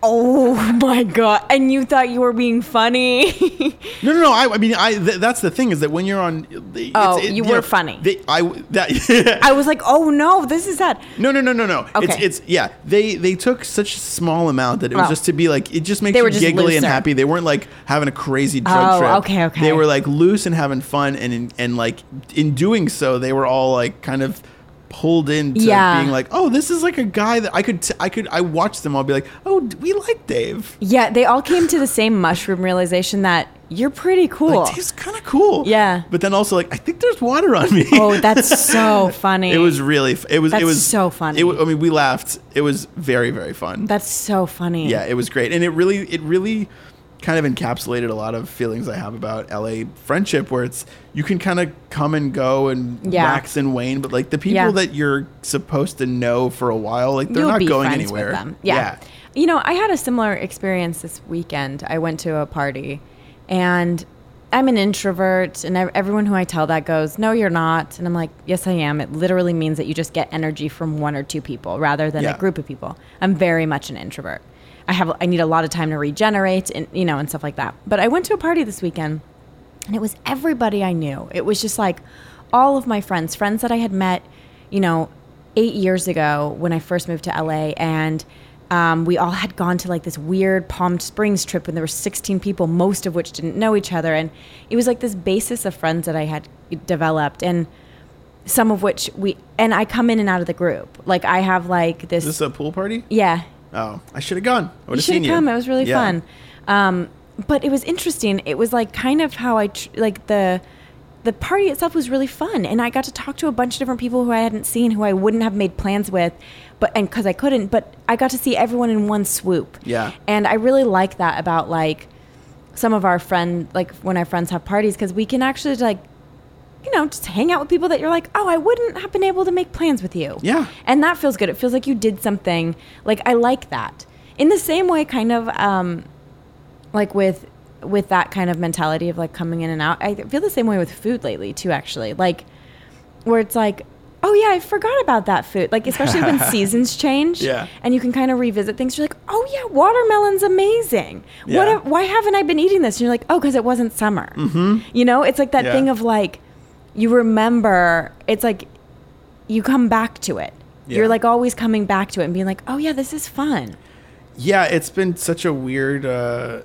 [SPEAKER 1] Oh my god! And you thought you were being funny.
[SPEAKER 2] no no no i, I mean i th- that's the thing is that when you're on the,
[SPEAKER 1] Oh, you were funny.
[SPEAKER 2] they, i that
[SPEAKER 1] I was like, oh no, this is that.
[SPEAKER 2] No, no, no, no, no.
[SPEAKER 1] Okay.
[SPEAKER 2] It's, it's yeah. They they took such a small amount that it was
[SPEAKER 1] Oh.
[SPEAKER 2] just to be like it just makes
[SPEAKER 1] They were
[SPEAKER 2] you
[SPEAKER 1] just
[SPEAKER 2] giggly and
[SPEAKER 1] looser.
[SPEAKER 2] happy. They weren't like having a crazy drug
[SPEAKER 1] Oh,
[SPEAKER 2] trip.
[SPEAKER 1] okay, okay.
[SPEAKER 2] They were like loose and having fun, and in, and like in doing so, they were all like kind of pulled into
[SPEAKER 1] Yeah.
[SPEAKER 2] being like, oh, this is like a guy that I could t- I could I watched them all be like, oh, d- we like Dave.
[SPEAKER 1] Yeah, they all came to the same mushroom realization that you're pretty cool.
[SPEAKER 2] Like, Dave's kind of cool.
[SPEAKER 1] Yeah.
[SPEAKER 2] But then also like I think there's water on me.
[SPEAKER 1] oh, that's so funny.
[SPEAKER 2] It was really. f- It was.
[SPEAKER 1] That's
[SPEAKER 2] it was
[SPEAKER 1] so funny.
[SPEAKER 2] It, wa- I mean, we laughed. It was very, very fun.
[SPEAKER 1] That's so funny.
[SPEAKER 2] yeah, it was great, and it really, it really kind of encapsulated a lot of feelings I have about LA friendship, where it's you can kind of come and go and
[SPEAKER 1] Yeah.
[SPEAKER 2] wax and wane, but like the people
[SPEAKER 1] Yeah.
[SPEAKER 2] that you're supposed to know for a while, like they're
[SPEAKER 1] You'll
[SPEAKER 2] not
[SPEAKER 1] be
[SPEAKER 2] going
[SPEAKER 1] friends
[SPEAKER 2] anywhere.
[SPEAKER 1] With them. Yeah. You know, I had a similar experience this weekend. I went to a party and I'm an introvert, and ev- everyone who I tell that goes, No, you're not. And I'm like, Yes, I am. It literally means that you just get energy from one or two people rather than
[SPEAKER 2] Yeah.
[SPEAKER 1] a group of people. I'm very much an introvert. I have I need a lot of time to regenerate and you know and stuff like that. But I went to a party this weekend and it was everybody I knew. It was just like all of my friends, friends that I had met, you know, eight years ago when I first moved to LA, and um, we all had gone to like this weird Palm Springs trip when there were 16 people, most of which didn't know each other. And it was like this basis of friends that I had developed, and some of which we, and I come in and out of the group. Like I have like this,
[SPEAKER 2] Is this a pool party?
[SPEAKER 1] yeah,
[SPEAKER 2] Oh, I should have gone. I
[SPEAKER 1] you
[SPEAKER 2] would have
[SPEAKER 1] should
[SPEAKER 2] seen
[SPEAKER 1] have
[SPEAKER 2] you.
[SPEAKER 1] come. It was really
[SPEAKER 2] Yeah.
[SPEAKER 1] fun. Um, but it was interesting. It was like kind of how I tr- like the the party itself was really fun, and I got to talk to a bunch of different people who I hadn't seen, who I wouldn't have made plans with, but and because I couldn't. But I got to see everyone in one swoop.
[SPEAKER 2] Yeah.
[SPEAKER 1] and I really like that about like some of our friend like when our friends have parties because we can actually like you know just hang out with people that you're like oh i wouldn't have been able to make plans with you
[SPEAKER 2] Yeah.
[SPEAKER 1] and that feels good it feels like you did something like i like that in the same way kind of um like with with that kind of mentality of like coming in and out i feel the same way with food lately too actually like where it's like oh yeah i forgot about that food like especially when seasons change
[SPEAKER 2] Yeah.
[SPEAKER 1] and you can kind of revisit things you're like oh yeah watermelon's amazing what
[SPEAKER 2] Yeah.
[SPEAKER 1] a- why haven't i been eating this and you're like oh because it wasn't summer you know it's like that
[SPEAKER 2] Mm-hmm. Yeah.
[SPEAKER 1] thing of like you remember it's like you come back to it
[SPEAKER 2] Yeah.
[SPEAKER 1] you're like always coming back to it and being like oh yeah this is fun
[SPEAKER 2] Yeah, it's been such a weird uh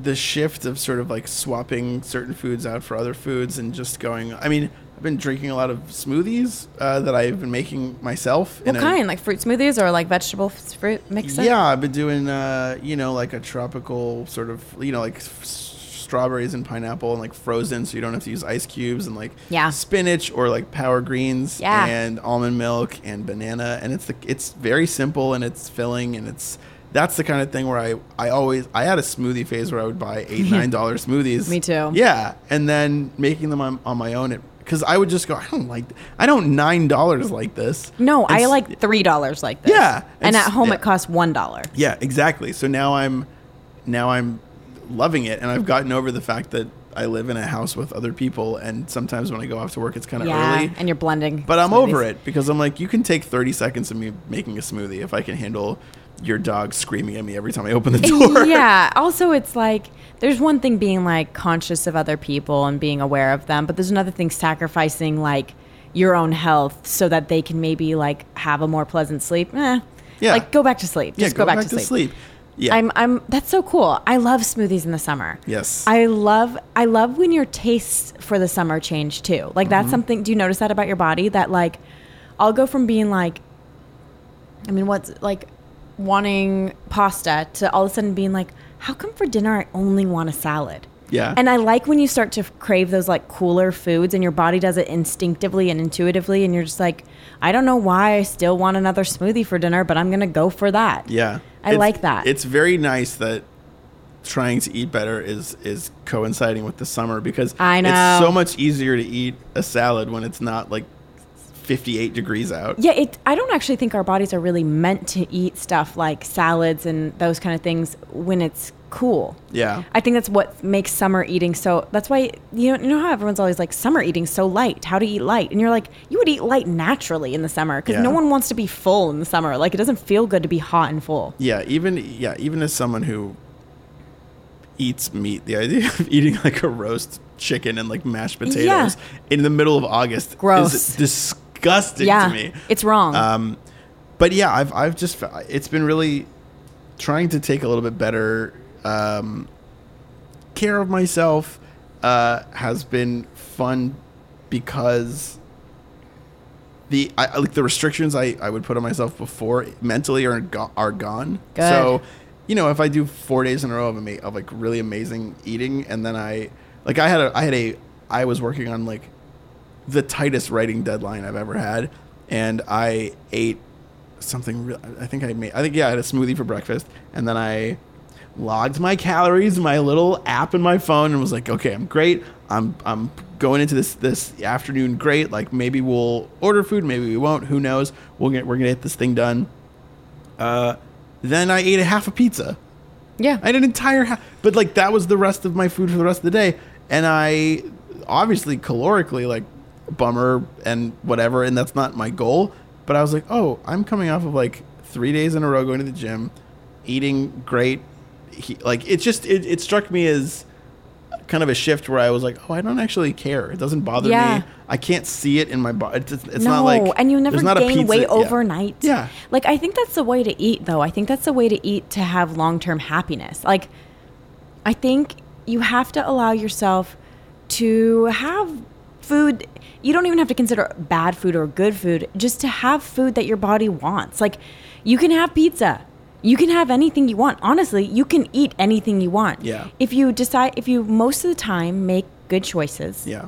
[SPEAKER 2] the shift of sort of like swapping certain foods out for other foods and just going I mean, I've been drinking a lot of smoothies uh, that I've been making myself.
[SPEAKER 1] what
[SPEAKER 2] in a-
[SPEAKER 1] kind like fruit smoothies or like vegetable f- fruit mix up?
[SPEAKER 2] Yeah, I've been doing uh, you know, like a tropical sort of, you know, like s- strawberries and pineapple and like frozen so you don't have to use ice cubes and like
[SPEAKER 1] Yeah.
[SPEAKER 2] spinach or like power greens
[SPEAKER 1] Yeah.
[SPEAKER 2] and almond milk and banana and it's the, it's very simple and it's filling and it's that's the kind of thing where I, I always I had a smoothie phase where I would buy eight nine dollar smoothies.
[SPEAKER 1] Me too.
[SPEAKER 2] Yeah, and then making them on, on my own, because I would just go I don't like th- I don't nine dollars like this.
[SPEAKER 1] no
[SPEAKER 2] And
[SPEAKER 1] i
[SPEAKER 2] s-
[SPEAKER 1] like three dollars like this
[SPEAKER 2] Yeah,
[SPEAKER 1] and
[SPEAKER 2] it's-
[SPEAKER 1] at home
[SPEAKER 2] yeah.
[SPEAKER 1] it costs one dollar
[SPEAKER 2] Yeah, exactly. So now I'm now I'm loving it and I've gotten over the fact that I live in a house with other people and sometimes when I go off to work it's kind of
[SPEAKER 1] yeah
[SPEAKER 2] early.
[SPEAKER 1] and you're blending
[SPEAKER 2] But I'm over
[SPEAKER 1] smoothies.
[SPEAKER 2] it because I'm like you can take 30 seconds of me making a smoothie if I can handle your dog screaming at me every time I open the door.
[SPEAKER 1] yeah. Also, it's like there's one thing being like conscious of other people and being aware of them, but there's another thing sacrificing like your own health so that they can maybe like have a more pleasant sleep. Eh.
[SPEAKER 2] Yeah.
[SPEAKER 1] Like go back to sleep.
[SPEAKER 2] Yeah,
[SPEAKER 1] Just go, back, to, sleep.
[SPEAKER 2] Yeah.
[SPEAKER 1] I'm I'm that's so cool. I love smoothies in the summer.
[SPEAKER 2] yes.
[SPEAKER 1] I love I love when your tastes for the summer change too. Like
[SPEAKER 2] Mm-hmm.
[SPEAKER 1] that's something do you notice that about your body that like I'll go from being like I mean what's like wanting pasta to all of a sudden being like how come for dinner I only want a salad?
[SPEAKER 2] yeah.
[SPEAKER 1] And I like when you start to crave those like cooler foods and your body does it instinctively and intuitively and you're just like I don't know why I still want another smoothie for dinner but I'm going to go for that.
[SPEAKER 2] Yeah.
[SPEAKER 1] I like that.
[SPEAKER 2] It's very nice that trying to eat better is is coinciding with the summer because
[SPEAKER 1] I know.
[SPEAKER 2] it's so much easier to eat a salad when it's not like 58 degrees out.
[SPEAKER 1] Yeah, it. I don't actually think our bodies are really meant to eat stuff like salads and those kind of things when it's cool.
[SPEAKER 2] Yeah.
[SPEAKER 1] I think that's what makes summer eating so. That's why you know, you know how everyone's always like summer eating so light. How to eat light, and you're like you would eat light naturally in the summer because
[SPEAKER 2] Yeah.
[SPEAKER 1] no one wants to be full in the summer. Like it doesn't feel good to be hot and full.
[SPEAKER 2] Yeah, even yeah, even as someone who eats meat, the idea of eating like a roast chicken and like mashed potatoes
[SPEAKER 1] Yeah.
[SPEAKER 2] in the middle of August
[SPEAKER 1] Gross.
[SPEAKER 2] is disgusting
[SPEAKER 1] yeah,
[SPEAKER 2] to me.
[SPEAKER 1] it's wrong.
[SPEAKER 2] Um, but yeah, I've I've just fe- it's been really trying to take a little bit better um, care of myself uh, has been fun because the I, I- like the restrictions I, I would put on myself before mentally are go- are gone.
[SPEAKER 1] Good.
[SPEAKER 2] So you know if I do four days in a row of, ama- of like really amazing eating and then I like I had a I had a I was working on like the tightest writing deadline I've ever had, and I ate something real. I think I made. I think yeah, I had a smoothie for breakfast, and then I logged my calories in my little app in my phone, and was like, okay, I'm great. I'm I'm going into this this afternoon great. Like maybe we'll order food, maybe we won't. Who knows? We'll get we're gonna get this thing done. Uh, then I ate a half a pizza.
[SPEAKER 1] yeah,
[SPEAKER 2] I had an entire house, but like that was the rest of my food for the rest of the day, and I obviously calorically like bummer and whatever, and that's not my goal. But I was like, oh, I'm coming off of like three days in a row going to the gym, eating great. He, like it just it, it struck me as kind of a shift where I was like, oh, I don't actually care. It doesn't bother
[SPEAKER 1] Yeah.
[SPEAKER 2] me. I can't see it in my body. It's, it's it's
[SPEAKER 1] no,
[SPEAKER 2] not like
[SPEAKER 1] and you never
[SPEAKER 2] there's not a
[SPEAKER 1] gain
[SPEAKER 2] pizza-
[SPEAKER 1] weight
[SPEAKER 2] yeah.
[SPEAKER 1] overnight.
[SPEAKER 2] Yeah.
[SPEAKER 1] like I think that's the way to eat, though. I think that's the way to eat to have long term happiness. Like, I think you have to allow yourself to have food. You don't even have to consider bad food or good food. Just to have food that your body wants. Like, you can have pizza. You can have anything you want. Honestly, you can eat anything you want.
[SPEAKER 2] Yeah.
[SPEAKER 1] If you decide, if you most of the time make good choices.
[SPEAKER 2] Yeah.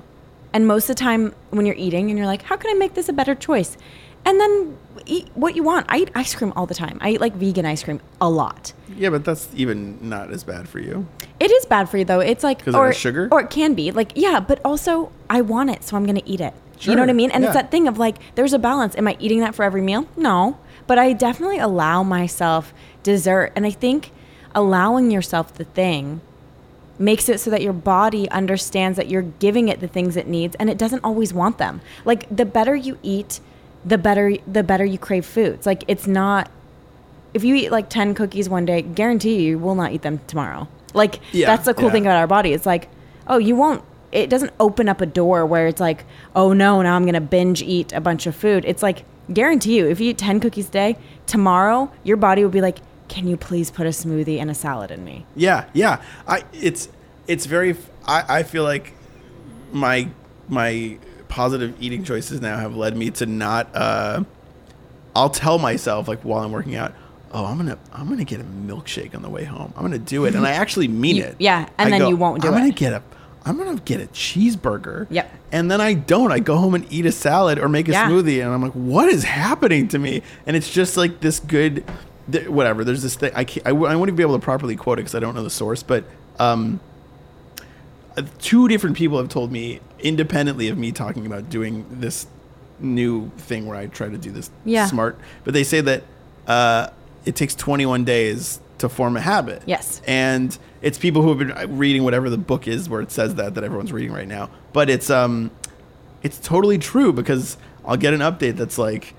[SPEAKER 1] And most of the time, when you're eating, and you're like, "How can I make this a better choice?" And then eat what you want. I eat ice cream all the time. I eat like vegan ice cream a lot.
[SPEAKER 2] Yeah, but that's even not as bad for you.
[SPEAKER 1] It is bad for you though. It's like
[SPEAKER 2] 'Cause it has sugar?
[SPEAKER 1] or it can be like yeah, but also I want it, so I'm gonna eat it. You know what I
[SPEAKER 2] Sure,
[SPEAKER 1] mean? And it's
[SPEAKER 2] yeah.
[SPEAKER 1] that thing of like, there's a balance. Am I eating that for every meal? No, but I definitely allow myself dessert, and I think allowing yourself the thing makes it so that your body understands that you're giving it the things it needs and it doesn't always want them. Like the better you eat, the better the better you crave foods. Like it's not if you eat like 10 cookies one day, guarantee you, you will not eat them tomorrow. Like
[SPEAKER 2] Yeah,
[SPEAKER 1] that's the cool
[SPEAKER 2] yeah.
[SPEAKER 1] thing about our body. It's like, oh, you won't it doesn't open up a door where it's like, oh no, now I'm going to binge eat a bunch of food. It's like guarantee you, if you eat 10 cookies a day, tomorrow your body will be like, "Can you please put a smoothie and a salad in me?"
[SPEAKER 2] Yeah, yeah. I it's it's very. f- I I feel like my my positive eating choices now have led me to not. uh I'll tell myself like while I'm working out. Oh, I'm gonna I'm gonna get a milkshake on the way home. I'm gonna do it, and I actually mean
[SPEAKER 1] You-
[SPEAKER 2] it.
[SPEAKER 1] yeah, and
[SPEAKER 2] I
[SPEAKER 1] then you won't do
[SPEAKER 2] I'm
[SPEAKER 1] it."
[SPEAKER 2] gonna get a I'm gonna get a cheeseburger.
[SPEAKER 1] Yep.
[SPEAKER 2] And then I don't. I go home and eat a salad or make a
[SPEAKER 1] Yeah.
[SPEAKER 2] smoothie, and I'm like, what is happening to me? And it's just like this good, th- whatever. There's this thing I can't, I, w- I wouldn't be able to properly quote it because I don't know the source, but um, uh, two different people have told me independently of me talking about doing this new thing where I try to do this
[SPEAKER 1] Yeah.
[SPEAKER 2] smart, but they say that uh, it takes 21 days to form a habit.
[SPEAKER 1] Yes.
[SPEAKER 2] And it's people who have been uh, reading whatever the book is where it says that that everyone's reading right now. But it's um it's totally true because I'll get an update that's like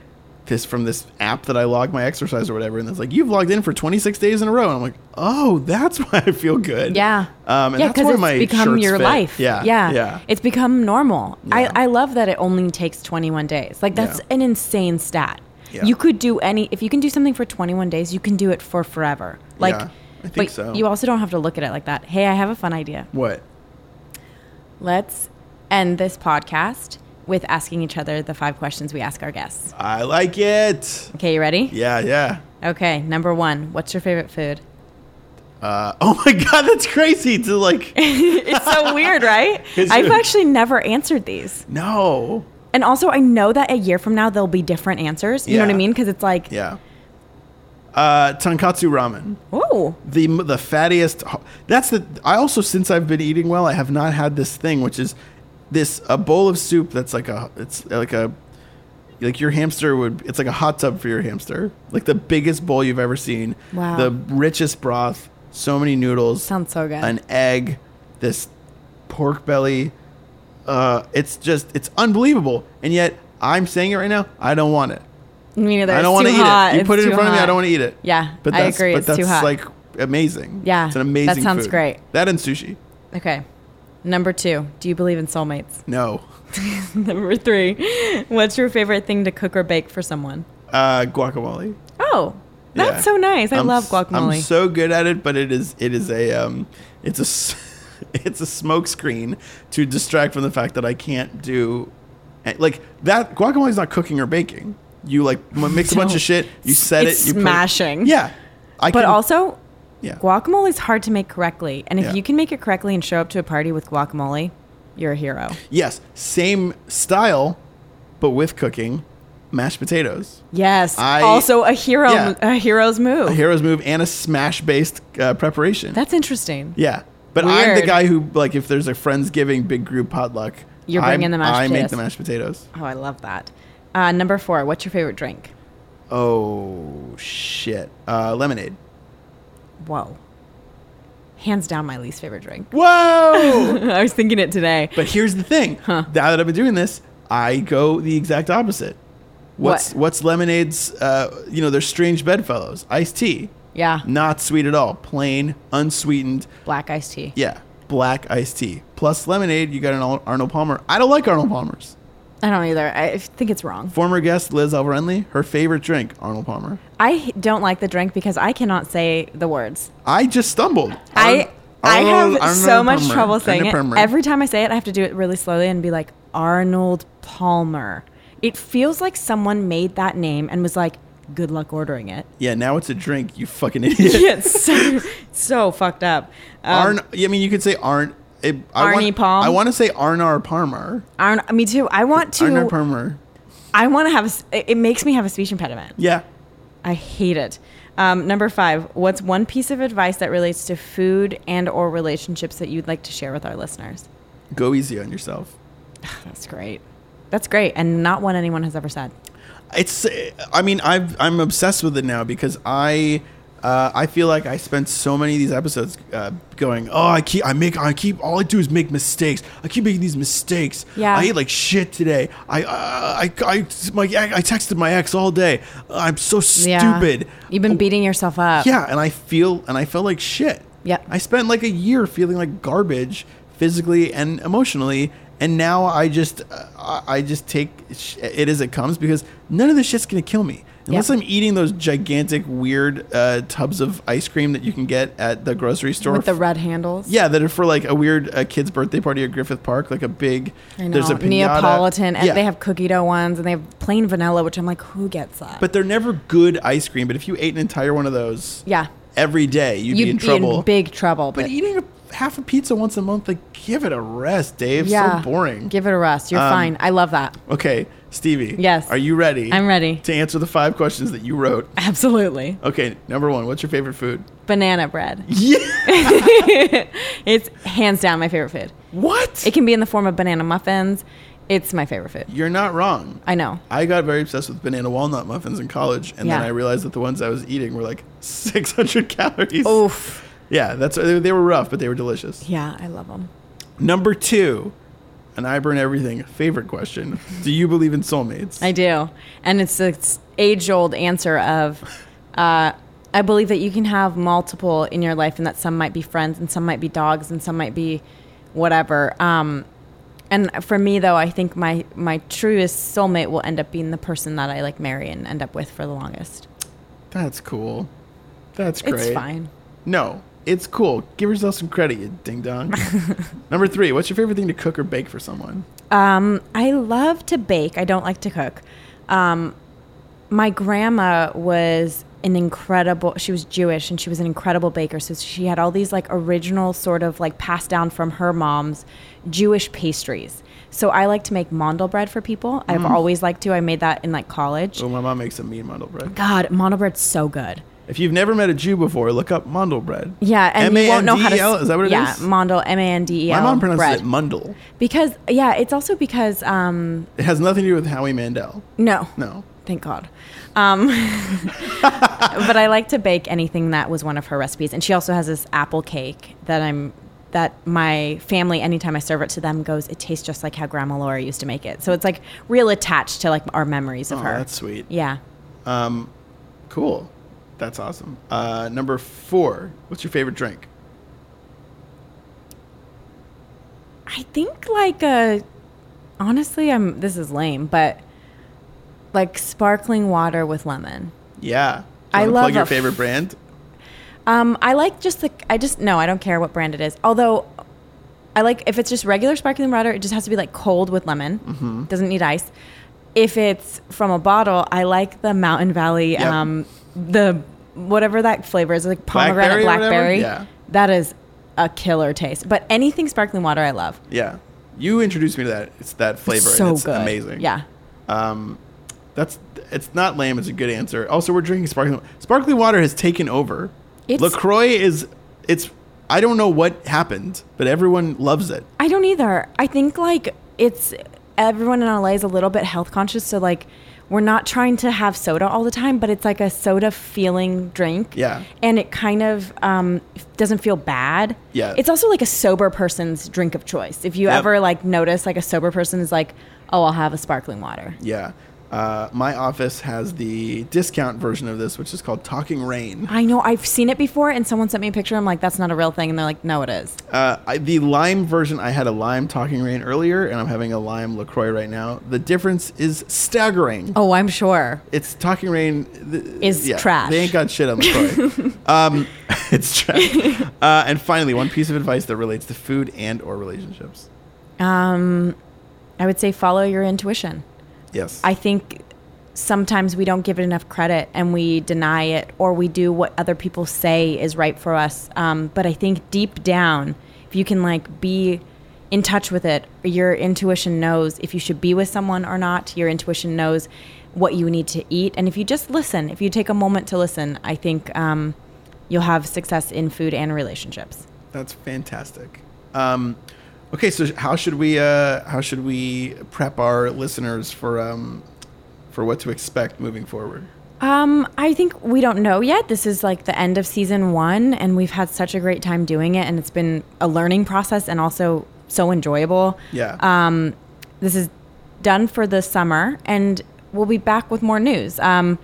[SPEAKER 2] this from this app that I log my exercise or whatever, and it's like you've logged in for 26 days in a row, and I'm like, oh, that's why I feel good.
[SPEAKER 1] Yeah.
[SPEAKER 2] um, and
[SPEAKER 1] yeah,
[SPEAKER 2] that's why
[SPEAKER 1] it's
[SPEAKER 2] my
[SPEAKER 1] become
[SPEAKER 2] shirts
[SPEAKER 1] your
[SPEAKER 2] fit.
[SPEAKER 1] life.
[SPEAKER 2] Yeah,
[SPEAKER 1] Yeah.
[SPEAKER 2] yeah.
[SPEAKER 1] It's become normal.
[SPEAKER 2] Yeah.
[SPEAKER 1] I, I love that it only takes 21 days. Like, that's
[SPEAKER 2] Yeah.
[SPEAKER 1] an insane stat.
[SPEAKER 2] Yeah.
[SPEAKER 1] You could do any, if you can do something for 21 days, you can do it for forever. Like,
[SPEAKER 2] Yeah, I think
[SPEAKER 1] but
[SPEAKER 2] so.
[SPEAKER 1] you also don't have to look at it like that. Hey, I have a fun idea.
[SPEAKER 2] what?
[SPEAKER 1] Let's end this podcast with asking each other the five questions we ask our guests.
[SPEAKER 2] I like it.
[SPEAKER 1] Okay, you ready?
[SPEAKER 2] Yeah, yeah.
[SPEAKER 1] Okay, number one, what's your favorite food?
[SPEAKER 2] Uh, oh my god, that's crazy to like.
[SPEAKER 1] it's so weird, right?
[SPEAKER 2] It's-
[SPEAKER 1] I've actually never answered these.
[SPEAKER 2] no.
[SPEAKER 1] And also, I know that a year from now there'll be different answers. You know what I
[SPEAKER 2] Yeah.
[SPEAKER 1] mean? Because it's like,
[SPEAKER 2] Yeah. Uh, tonkatsu ramen.
[SPEAKER 1] oh,
[SPEAKER 2] the the fattiest. That's the. I also since I've been eating well, I have not had this thing, which is this a bowl of soup that's like a it's like a like your hamster would it's like a hot tub for your hamster like the biggest bowl you've ever seen
[SPEAKER 1] Wow.
[SPEAKER 2] the richest broth so many noodles
[SPEAKER 1] Sounds so good.
[SPEAKER 2] an egg this pork belly uh it's just it's unbelievable and yet i'm saying it right now i don't want it
[SPEAKER 1] me neither.
[SPEAKER 2] I don't
[SPEAKER 1] want to
[SPEAKER 2] eat it. You put it in front of me. I don't want to eat it.
[SPEAKER 1] Yeah, I agree,
[SPEAKER 2] But
[SPEAKER 1] it's
[SPEAKER 2] that's
[SPEAKER 1] too hot.
[SPEAKER 2] like amazing.
[SPEAKER 1] Yeah,
[SPEAKER 2] it's an
[SPEAKER 1] that
[SPEAKER 2] amazing.
[SPEAKER 1] sounds
[SPEAKER 2] food.
[SPEAKER 1] great.
[SPEAKER 2] That and sushi.
[SPEAKER 1] to. Okay. Number two, do you believe in soulmates?
[SPEAKER 2] No,
[SPEAKER 1] Number three, what's your favorite thing to cook or bake for someone?
[SPEAKER 2] uh, guacamole.
[SPEAKER 1] Oh, that's
[SPEAKER 2] Yeah.
[SPEAKER 1] so nice. I
[SPEAKER 2] I'm
[SPEAKER 1] love
[SPEAKER 2] s-
[SPEAKER 1] guacamole.
[SPEAKER 2] I'm so good at it, but it is it is a um, it's a s- it's a smoke screen to distract from the fact that I can't do eh, like that. Guacamole is not cooking or baking. You like m- mix a bunch
[SPEAKER 1] No.
[SPEAKER 2] of shit. You set
[SPEAKER 1] It's
[SPEAKER 2] it. You put it-
[SPEAKER 1] smashing.
[SPEAKER 2] yeah, I
[SPEAKER 1] but
[SPEAKER 2] can,
[SPEAKER 1] also,
[SPEAKER 2] yeah.
[SPEAKER 1] guacamole is hard to make correctly. And if
[SPEAKER 2] Yeah.
[SPEAKER 1] you can make it correctly and show up to a party with guacamole, you're a hero.
[SPEAKER 2] yes, same style, but with cooking, mashed potatoes.
[SPEAKER 1] Yes.
[SPEAKER 2] I-
[SPEAKER 1] also, a hero,
[SPEAKER 2] Yeah.
[SPEAKER 1] a hero's move.
[SPEAKER 2] a hero's move and a smash based uh, preparation.
[SPEAKER 1] that's interesting.
[SPEAKER 2] yeah, but I'm
[SPEAKER 1] Weird.
[SPEAKER 2] the guy who like if there's a friendsgiving big group potluck,
[SPEAKER 1] You're
[SPEAKER 2] I'm-
[SPEAKER 1] bringing the mashed
[SPEAKER 2] I make
[SPEAKER 1] potatoes.
[SPEAKER 2] the mashed potatoes.
[SPEAKER 1] Oh, I love that. Uh, number four, what's your favorite drink?
[SPEAKER 2] Oh shit, uh, lemonade.
[SPEAKER 1] Whoa. Hands down, my least favorite drink.
[SPEAKER 2] Whoa!
[SPEAKER 1] I was thinking it today.
[SPEAKER 2] but here's the thing: now that I've been doing this, I go the exact opposite. What's
[SPEAKER 1] What?
[SPEAKER 2] what's lemonade's? Uh, you know, they're strange bedfellows. Iced tea,
[SPEAKER 1] Yeah.
[SPEAKER 2] not sweet at all, plain, unsweetened.
[SPEAKER 1] Black iced tea.
[SPEAKER 2] Yeah, black iced tea. Plus lemonade, you got an Al- Arnold Palmer. I don't like Arnold Palmers.
[SPEAKER 1] I don't either. I think it's wrong.
[SPEAKER 2] Former guest Liz Alvarenli, her favorite drink, Arnold Palmer.
[SPEAKER 1] I don't like the drink because I cannot say the words.
[SPEAKER 2] I just stumbled.
[SPEAKER 1] I I
[SPEAKER 2] Arnold-
[SPEAKER 1] have
[SPEAKER 2] Arnold
[SPEAKER 1] so much
[SPEAKER 2] Palmer.
[SPEAKER 1] trouble saying
[SPEAKER 2] Arnold
[SPEAKER 1] it.
[SPEAKER 2] Palmer.
[SPEAKER 1] Every time I say it, I have to do it really slowly and be like Arnold Palmer. It feels like someone made that name and was like, "Good luck ordering it."
[SPEAKER 2] yeah, now it's a drink. You fucking idiot.
[SPEAKER 1] Yeah, it's so, so fucked up. Um,
[SPEAKER 2] Arn. I mean, you could say Arn. It, I
[SPEAKER 1] Arnie
[SPEAKER 2] want,
[SPEAKER 1] Palm?
[SPEAKER 2] I want to say Arnar Palmer.
[SPEAKER 1] Arn, me too. I want
[SPEAKER 2] Arnar
[SPEAKER 1] to.
[SPEAKER 2] Palmer.
[SPEAKER 1] I want to have. A, s- it it makes me have a speech impediment.
[SPEAKER 2] Yeah.
[SPEAKER 1] I hate it. Um, number five. What's one piece of advice that relates to food and or relationships that you'd like to share with our listeners?
[SPEAKER 2] Go easy on yourself.
[SPEAKER 1] That's great. That's great, and not one anyone has ever said.
[SPEAKER 2] It's. I mean, I've, I'm obsessed with it now because I. Uh, I feel like I spent so many of these episodes uh, going, oh, I keep, I make, I keep, all I do is make mistakes. I keep making these mistakes.
[SPEAKER 1] Yeah.
[SPEAKER 2] I ate like shit today. I, uh, I, I, my, I texted my ex all day. I'm so stupid.
[SPEAKER 1] You've been beating yourself up.
[SPEAKER 2] Yeah, and I feel and I felt like shit.
[SPEAKER 1] Yeah.
[SPEAKER 2] I spent like a year feeling like garbage physically and emotionally, and now I just uh, I I just take sh- it as it comes because none of this shit's gonna kill me unless
[SPEAKER 1] Yep.
[SPEAKER 2] I'm eating those gigantic weird uh, tubs of ice cream that you can get at the grocery store
[SPEAKER 1] With the
[SPEAKER 2] f-
[SPEAKER 1] red handles.
[SPEAKER 2] yeah, that are for like a weird uh, kid's birthday party at Griffith Park, like a big.
[SPEAKER 1] I know.
[SPEAKER 2] There's a pinata.
[SPEAKER 1] Neapolitan, and
[SPEAKER 2] Yeah.
[SPEAKER 1] they have cookie dough ones, and they have plain vanilla, which I'm like, who gets that?
[SPEAKER 2] But they're never good ice cream. But if you ate an entire one of those,
[SPEAKER 1] yeah,
[SPEAKER 2] every day, you'd, be in trouble.
[SPEAKER 1] big trouble. But,
[SPEAKER 2] But eating a, half a pizza once a month, like, give it a rest, Dave.
[SPEAKER 1] yeah,
[SPEAKER 2] So boring. Um,
[SPEAKER 1] Give it a rest. You're fine. I love that.
[SPEAKER 2] okay, Stevie.
[SPEAKER 1] Yes.
[SPEAKER 2] Are you ready?
[SPEAKER 1] I'm ready.
[SPEAKER 2] To answer the five questions that you wrote.
[SPEAKER 1] Absolutely.
[SPEAKER 2] Okay, number one, what's your favorite food?
[SPEAKER 1] Banana bread.
[SPEAKER 2] Yeah.
[SPEAKER 1] it's hands down my favorite food.
[SPEAKER 2] What?
[SPEAKER 1] It can be in the form of banana muffins. It's my favorite food.
[SPEAKER 2] You're not wrong.
[SPEAKER 1] I know.
[SPEAKER 2] I got very obsessed with banana walnut muffins in college, and then
[SPEAKER 1] Yeah.
[SPEAKER 2] I realized that the ones I was eating were like 600 calories.
[SPEAKER 1] Oof.
[SPEAKER 2] Yeah, that's they, they were rough, but they were delicious.
[SPEAKER 1] Yeah, I love them.
[SPEAKER 2] Number two, and I burn everything. Favorite question: Do you believe in soulmates?
[SPEAKER 1] I do. And it's this age old answer of uh, I believe that you can have multiple in your life and that some might be friends and some might be dogs and some might be whatever. Um, and for me though, I think my, my truest soulmate will end up being the person that I like marry and end up with for the longest.
[SPEAKER 2] That's cool. That's great.
[SPEAKER 1] It's fine.
[SPEAKER 2] No, it's cool. Give yourself some credit, you ding dong. Number three, what's your favorite thing to cook or bake for someone?
[SPEAKER 1] Um, I love to bake. I don't like to cook. Um, my grandma was an incredible. She was Jewish and she was an incredible baker. So she had all these like original sort of like passed down from her mom's Jewish pastries. So I like to make mandel bread for people. I've always liked to. I made that in like college.
[SPEAKER 2] Mm. Oh, my mom makes a mean mandel bread.
[SPEAKER 1] God, mandel bread's so good.
[SPEAKER 2] If you've never met a Jew before, look up mandel bread.
[SPEAKER 1] Yeah, and you won't know how to.
[SPEAKER 2] M A N D E L?
[SPEAKER 1] s-
[SPEAKER 2] Is that what it is?
[SPEAKER 1] yeah, mandel, M A N D E
[SPEAKER 2] My
[SPEAKER 1] L.
[SPEAKER 2] mom pronounces
[SPEAKER 1] bread.
[SPEAKER 2] it mundel.
[SPEAKER 1] because yeah, it's also because um
[SPEAKER 2] It has nothing to do with Howie Mandel.
[SPEAKER 1] no
[SPEAKER 2] No.
[SPEAKER 1] Thank God. Um, but I like to bake anything that was one of her recipes, and she also has this apple cake that I'm that my family anytime I serve it to them goes, it tastes just like how Grandma Laura used to make it. So it's like real attached to like our memories of
[SPEAKER 2] Oh,
[SPEAKER 1] her.
[SPEAKER 2] that's sweet.
[SPEAKER 1] yeah.
[SPEAKER 2] Um, cool. That's awesome. Uh, number four, what's your favorite drink?
[SPEAKER 1] I think like a honestly, I'm this is lame, but like sparkling water with lemon.
[SPEAKER 2] Yeah. Do you
[SPEAKER 1] I
[SPEAKER 2] wanna
[SPEAKER 1] love
[SPEAKER 2] plug
[SPEAKER 1] a
[SPEAKER 2] your
[SPEAKER 1] f-
[SPEAKER 2] favorite brand.
[SPEAKER 1] Um, I like just the. I just no. I don't care what brand it is. Although, I like if it's just regular sparkling water, it just has to be like cold with lemon.
[SPEAKER 2] Mm-hmm.
[SPEAKER 1] Doesn't need ice. If it's from a bottle, I like the Mountain Valley.
[SPEAKER 2] Yep.
[SPEAKER 1] Um, the whatever that flavor is, like pomegranate
[SPEAKER 2] Blackberry or whatever?
[SPEAKER 1] blackberry.
[SPEAKER 2] Yeah.
[SPEAKER 1] That is a killer taste. But anything sparkling water, I love.
[SPEAKER 2] Yeah. You introduced me to that. It's that flavor. and
[SPEAKER 1] so
[SPEAKER 2] it's
[SPEAKER 1] good.
[SPEAKER 2] amazing.
[SPEAKER 1] Yeah.
[SPEAKER 2] Um, that's it's not lame. It's a good answer. Also, we're drinking sparkling. Sparkling water has taken over.
[SPEAKER 1] It's-
[SPEAKER 2] Lacroix is it's. I don't know what happened, but everyone loves it.
[SPEAKER 1] I don't either. I think like it's everyone in LA is a little bit health conscious, so like we're not trying to have soda all the time, but it's like a soda feeling drink.
[SPEAKER 2] Yeah.
[SPEAKER 1] And it kind of um, doesn't feel bad.
[SPEAKER 2] Yeah.
[SPEAKER 1] It's also like a sober person's drink of choice. If you
[SPEAKER 2] Yep.
[SPEAKER 1] ever like notice like a sober person is like, oh, I'll have a sparkling water.
[SPEAKER 2] Yeah. Uh, my office has the discount version of this, which is called Talking Rain.
[SPEAKER 1] I know I've seen it before, and someone sent me a picture. I'm like, that's not a real thing, and they're like, no, it is.
[SPEAKER 2] Uh, I, the lime version, I had a lime Talking Rain earlier, and I'm having a lime Lacroix right now. The difference is staggering.
[SPEAKER 1] Oh, I'm sure.
[SPEAKER 2] It's Talking Rain th-
[SPEAKER 1] Is trash.
[SPEAKER 2] They ain't got shit on Lacroix. um, it's trash. Uh, and finally, one piece of advice that relates to food and or relationships.
[SPEAKER 1] Um, I would say follow your intuition.
[SPEAKER 2] Yes.
[SPEAKER 1] I think sometimes we don't give it enough credit and we deny it or we do what other people say is right for us. Um, but I think deep down, if you can like be in touch with it, your intuition knows if you should be with someone or not. Your intuition knows what you need to eat. And if you just listen, if you take a moment to listen, I think um, you'll have success in food and relationships.
[SPEAKER 2] That's fantasc. Um, okay, so how should we uh, how should we prep our listeners for um, for what to expect moving forward?
[SPEAKER 1] Um, I think we don't know yet. This is like the end of season one, and we've had such a great time doing it, and it's been a learning process and also so enjoyable.
[SPEAKER 2] Yeah.
[SPEAKER 1] Um, this is done for the summer, and we'll be back with more news. Um,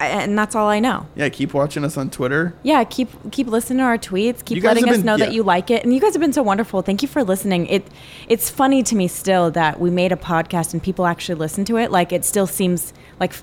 [SPEAKER 1] a- and that's all I know.
[SPEAKER 2] yeah, keep watching us on Twitter.
[SPEAKER 1] Yeah, keep keep listening to our tweets.
[SPEAKER 2] You
[SPEAKER 1] Keep
[SPEAKER 2] guys
[SPEAKER 1] letting
[SPEAKER 2] have
[SPEAKER 1] us
[SPEAKER 2] been-
[SPEAKER 1] know that
[SPEAKER 2] yeah.
[SPEAKER 1] you like it, and you guys have been so wonderful. Thank you for listening. It it's funny to me still that we made a podcast and people actually listen to it. Like it still seems like f-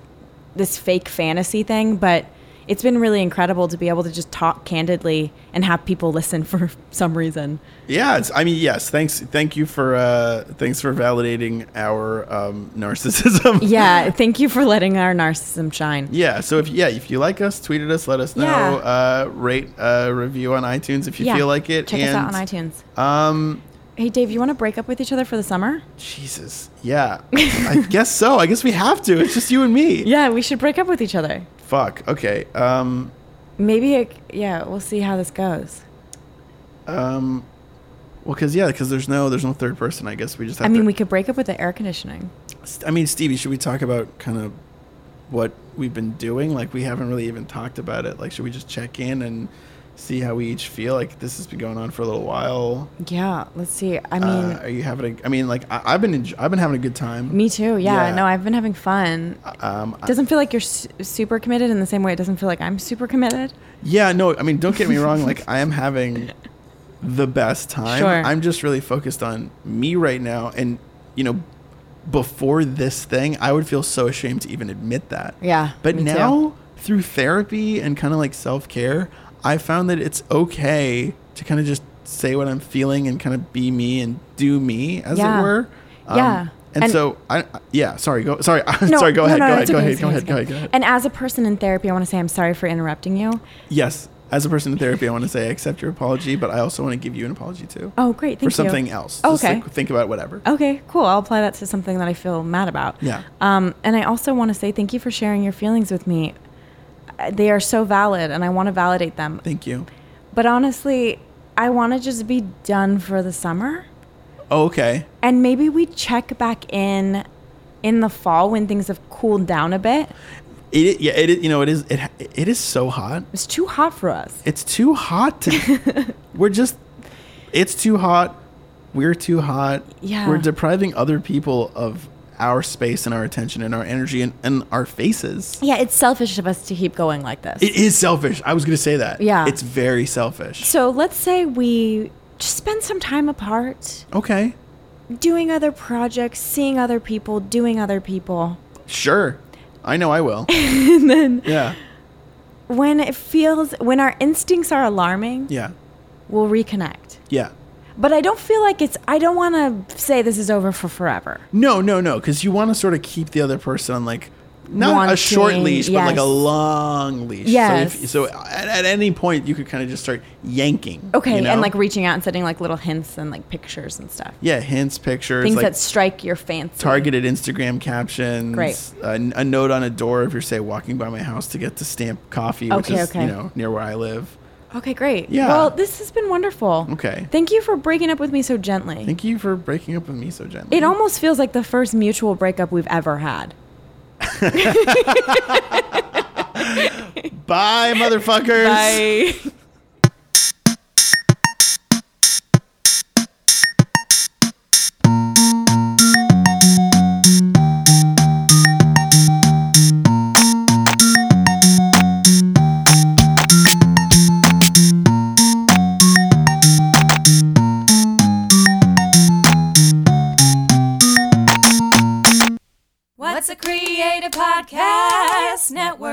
[SPEAKER 1] this fake fantasy thing, but it's been really incredible to be able to just talk candidly and have people listen for some reason.
[SPEAKER 2] Yeah, it's, I mean, yes. Thanks, thank you for uh, thanks for validating our um, narcissism.
[SPEAKER 1] Yeah, thank you for letting our narcissism shine.
[SPEAKER 2] Yeah. So if yeah, if you like us, tweet at us, let us know.
[SPEAKER 1] Yeah.
[SPEAKER 2] Uh, rate, uh, review on iTunes if you
[SPEAKER 1] Yeah,
[SPEAKER 2] feel like it.
[SPEAKER 1] Check us out on
[SPEAKER 2] and,
[SPEAKER 1] iTunes.
[SPEAKER 2] Um,
[SPEAKER 1] Hey Dave, you want to break up with each other for the summer?
[SPEAKER 2] Jesus. Yeah. I guess so. I guess we have to. It's just you and me.
[SPEAKER 1] Yeah, we should break up with each other.
[SPEAKER 2] Fuck. Okay. Um.
[SPEAKER 1] Maybe it, yeah, we'll see how this goes.
[SPEAKER 2] Um. Well, because yeah, because there's no there's no third person. I guess we just. Have
[SPEAKER 1] I mean,
[SPEAKER 2] to,
[SPEAKER 1] we could break up with the air conditioning.
[SPEAKER 2] I mean, Stevie, should we talk about kind of what we've been doing? Like, we haven't really even talked about it. Like, should we just check in and see how we each feel? Like, this has been going on for a little while.
[SPEAKER 1] Yeah, let's see. I mean,
[SPEAKER 2] uh, are you having? A, I mean, like, I, I've been enj- I've been having a good time.
[SPEAKER 1] me too. Yeah,
[SPEAKER 2] yeah.
[SPEAKER 1] no, I've been having fun.
[SPEAKER 2] Um. I-
[SPEAKER 1] Doesn't feel like you're su- super committed in the same way it doesn't feel like I'm super committed.
[SPEAKER 2] yeah. No. I mean, don't get me wrong. Like, I am having the best time.
[SPEAKER 1] Sure.
[SPEAKER 2] I'm just really focused on me right now, and you know. Before this thing, I would feel so ashamed to even admit that.
[SPEAKER 1] Yeah.
[SPEAKER 2] But
[SPEAKER 1] me too.
[SPEAKER 2] now, through therapy and kind of like self care, I found that it's okay to kind of just say what I'm feeling and kind of be me and do me, as
[SPEAKER 1] Yeah.
[SPEAKER 2] it were. Um,
[SPEAKER 1] Yeah.
[SPEAKER 2] And,
[SPEAKER 1] And-
[SPEAKER 2] so, I, I- yeah, sorry, go, sorry, sorry, go ahead, go ahead,
[SPEAKER 1] it's
[SPEAKER 2] go
[SPEAKER 1] okay,
[SPEAKER 2] ahead,
[SPEAKER 1] it's
[SPEAKER 2] go
[SPEAKER 1] okay,
[SPEAKER 2] ahead,
[SPEAKER 1] it's
[SPEAKER 2] go
[SPEAKER 1] okay.
[SPEAKER 2] ahead, go ahead.
[SPEAKER 1] And as a person in therapy, I want to say I'm sorry for interrupting you.
[SPEAKER 2] Yes, as a person in therapy, I want to say I accept your apology, but I also want to give you an apology too
[SPEAKER 1] Oh, great. Thank
[SPEAKER 2] for
[SPEAKER 1] you.
[SPEAKER 2] something else.
[SPEAKER 1] Oh,
[SPEAKER 2] Just,
[SPEAKER 1] okay. Oh.
[SPEAKER 2] like, think about whatever.
[SPEAKER 1] Okay, cool. I'll apply that to something that I feel mad about.
[SPEAKER 2] Yeah.
[SPEAKER 1] Um, and I also want to say thank you for sharing your feelings with me. Uh, They are so valid, and I want to validate them.
[SPEAKER 2] Thank you.
[SPEAKER 1] But honestly, I want to just be done for the summer.
[SPEAKER 2] Oh, okay.
[SPEAKER 1] And maybe we check back in in the fall when things have cooled down a bit.
[SPEAKER 2] It, yeah, it, you know, it is, it, it is so hot.
[SPEAKER 1] It's too hot for us.
[SPEAKER 2] It's too hot. To, we're just. It's too hot. We're too hot.
[SPEAKER 1] Yeah.
[SPEAKER 2] We're depriving other people of our space and our attention and our energy and, and our faces.
[SPEAKER 1] Yeah, it's selfish of us to keep going like this.
[SPEAKER 2] It is selfish. I was going to say that.
[SPEAKER 1] Yeah.
[SPEAKER 2] It's very selfish.
[SPEAKER 1] so let's say we just spend some time apart,
[SPEAKER 2] Okay.
[SPEAKER 1] doing other projects, seeing other people, doing other people.
[SPEAKER 2] Sure. I know I will. and then. Yeah.
[SPEAKER 1] When it feels, when our instincts are alarming,
[SPEAKER 2] Yeah.
[SPEAKER 1] we'll reconnect.
[SPEAKER 2] Yeah.
[SPEAKER 1] But I don't feel like it's, I don't want to say this is over for forever.
[SPEAKER 2] No, no, no. Because you want to sort of keep the other person on like. Not a short
[SPEAKER 1] Wanting-
[SPEAKER 2] leash, but like a
[SPEAKER 1] yes.
[SPEAKER 2] long leash. So,
[SPEAKER 1] Yes.
[SPEAKER 2] if, so at, at any point, you could kind of just start yanking.
[SPEAKER 1] Okay,
[SPEAKER 2] you know?
[SPEAKER 1] and like reaching out and sending like little hints and like pictures and stuff.
[SPEAKER 2] Yeah, hints, pictures,
[SPEAKER 1] Things
[SPEAKER 2] like
[SPEAKER 1] that strike your fancy.
[SPEAKER 2] targeted Instagram captions.
[SPEAKER 1] Great.
[SPEAKER 2] A, a note on a door if you're say walking by my house to get to stamp coffee, which
[SPEAKER 1] Okay,
[SPEAKER 2] is
[SPEAKER 1] okay.
[SPEAKER 2] you know near where I live.
[SPEAKER 1] Okay, great.
[SPEAKER 2] Yeah.
[SPEAKER 1] Well, this has been wonderful.
[SPEAKER 2] Okay.
[SPEAKER 1] Thank you for breaking up with me so gently.
[SPEAKER 2] Thank you for breaking up with me so gently.
[SPEAKER 1] it almost feels like the first mutual breakup we've ever had.
[SPEAKER 2] Bye, motherfuckers.
[SPEAKER 1] Bye. Podcast Network.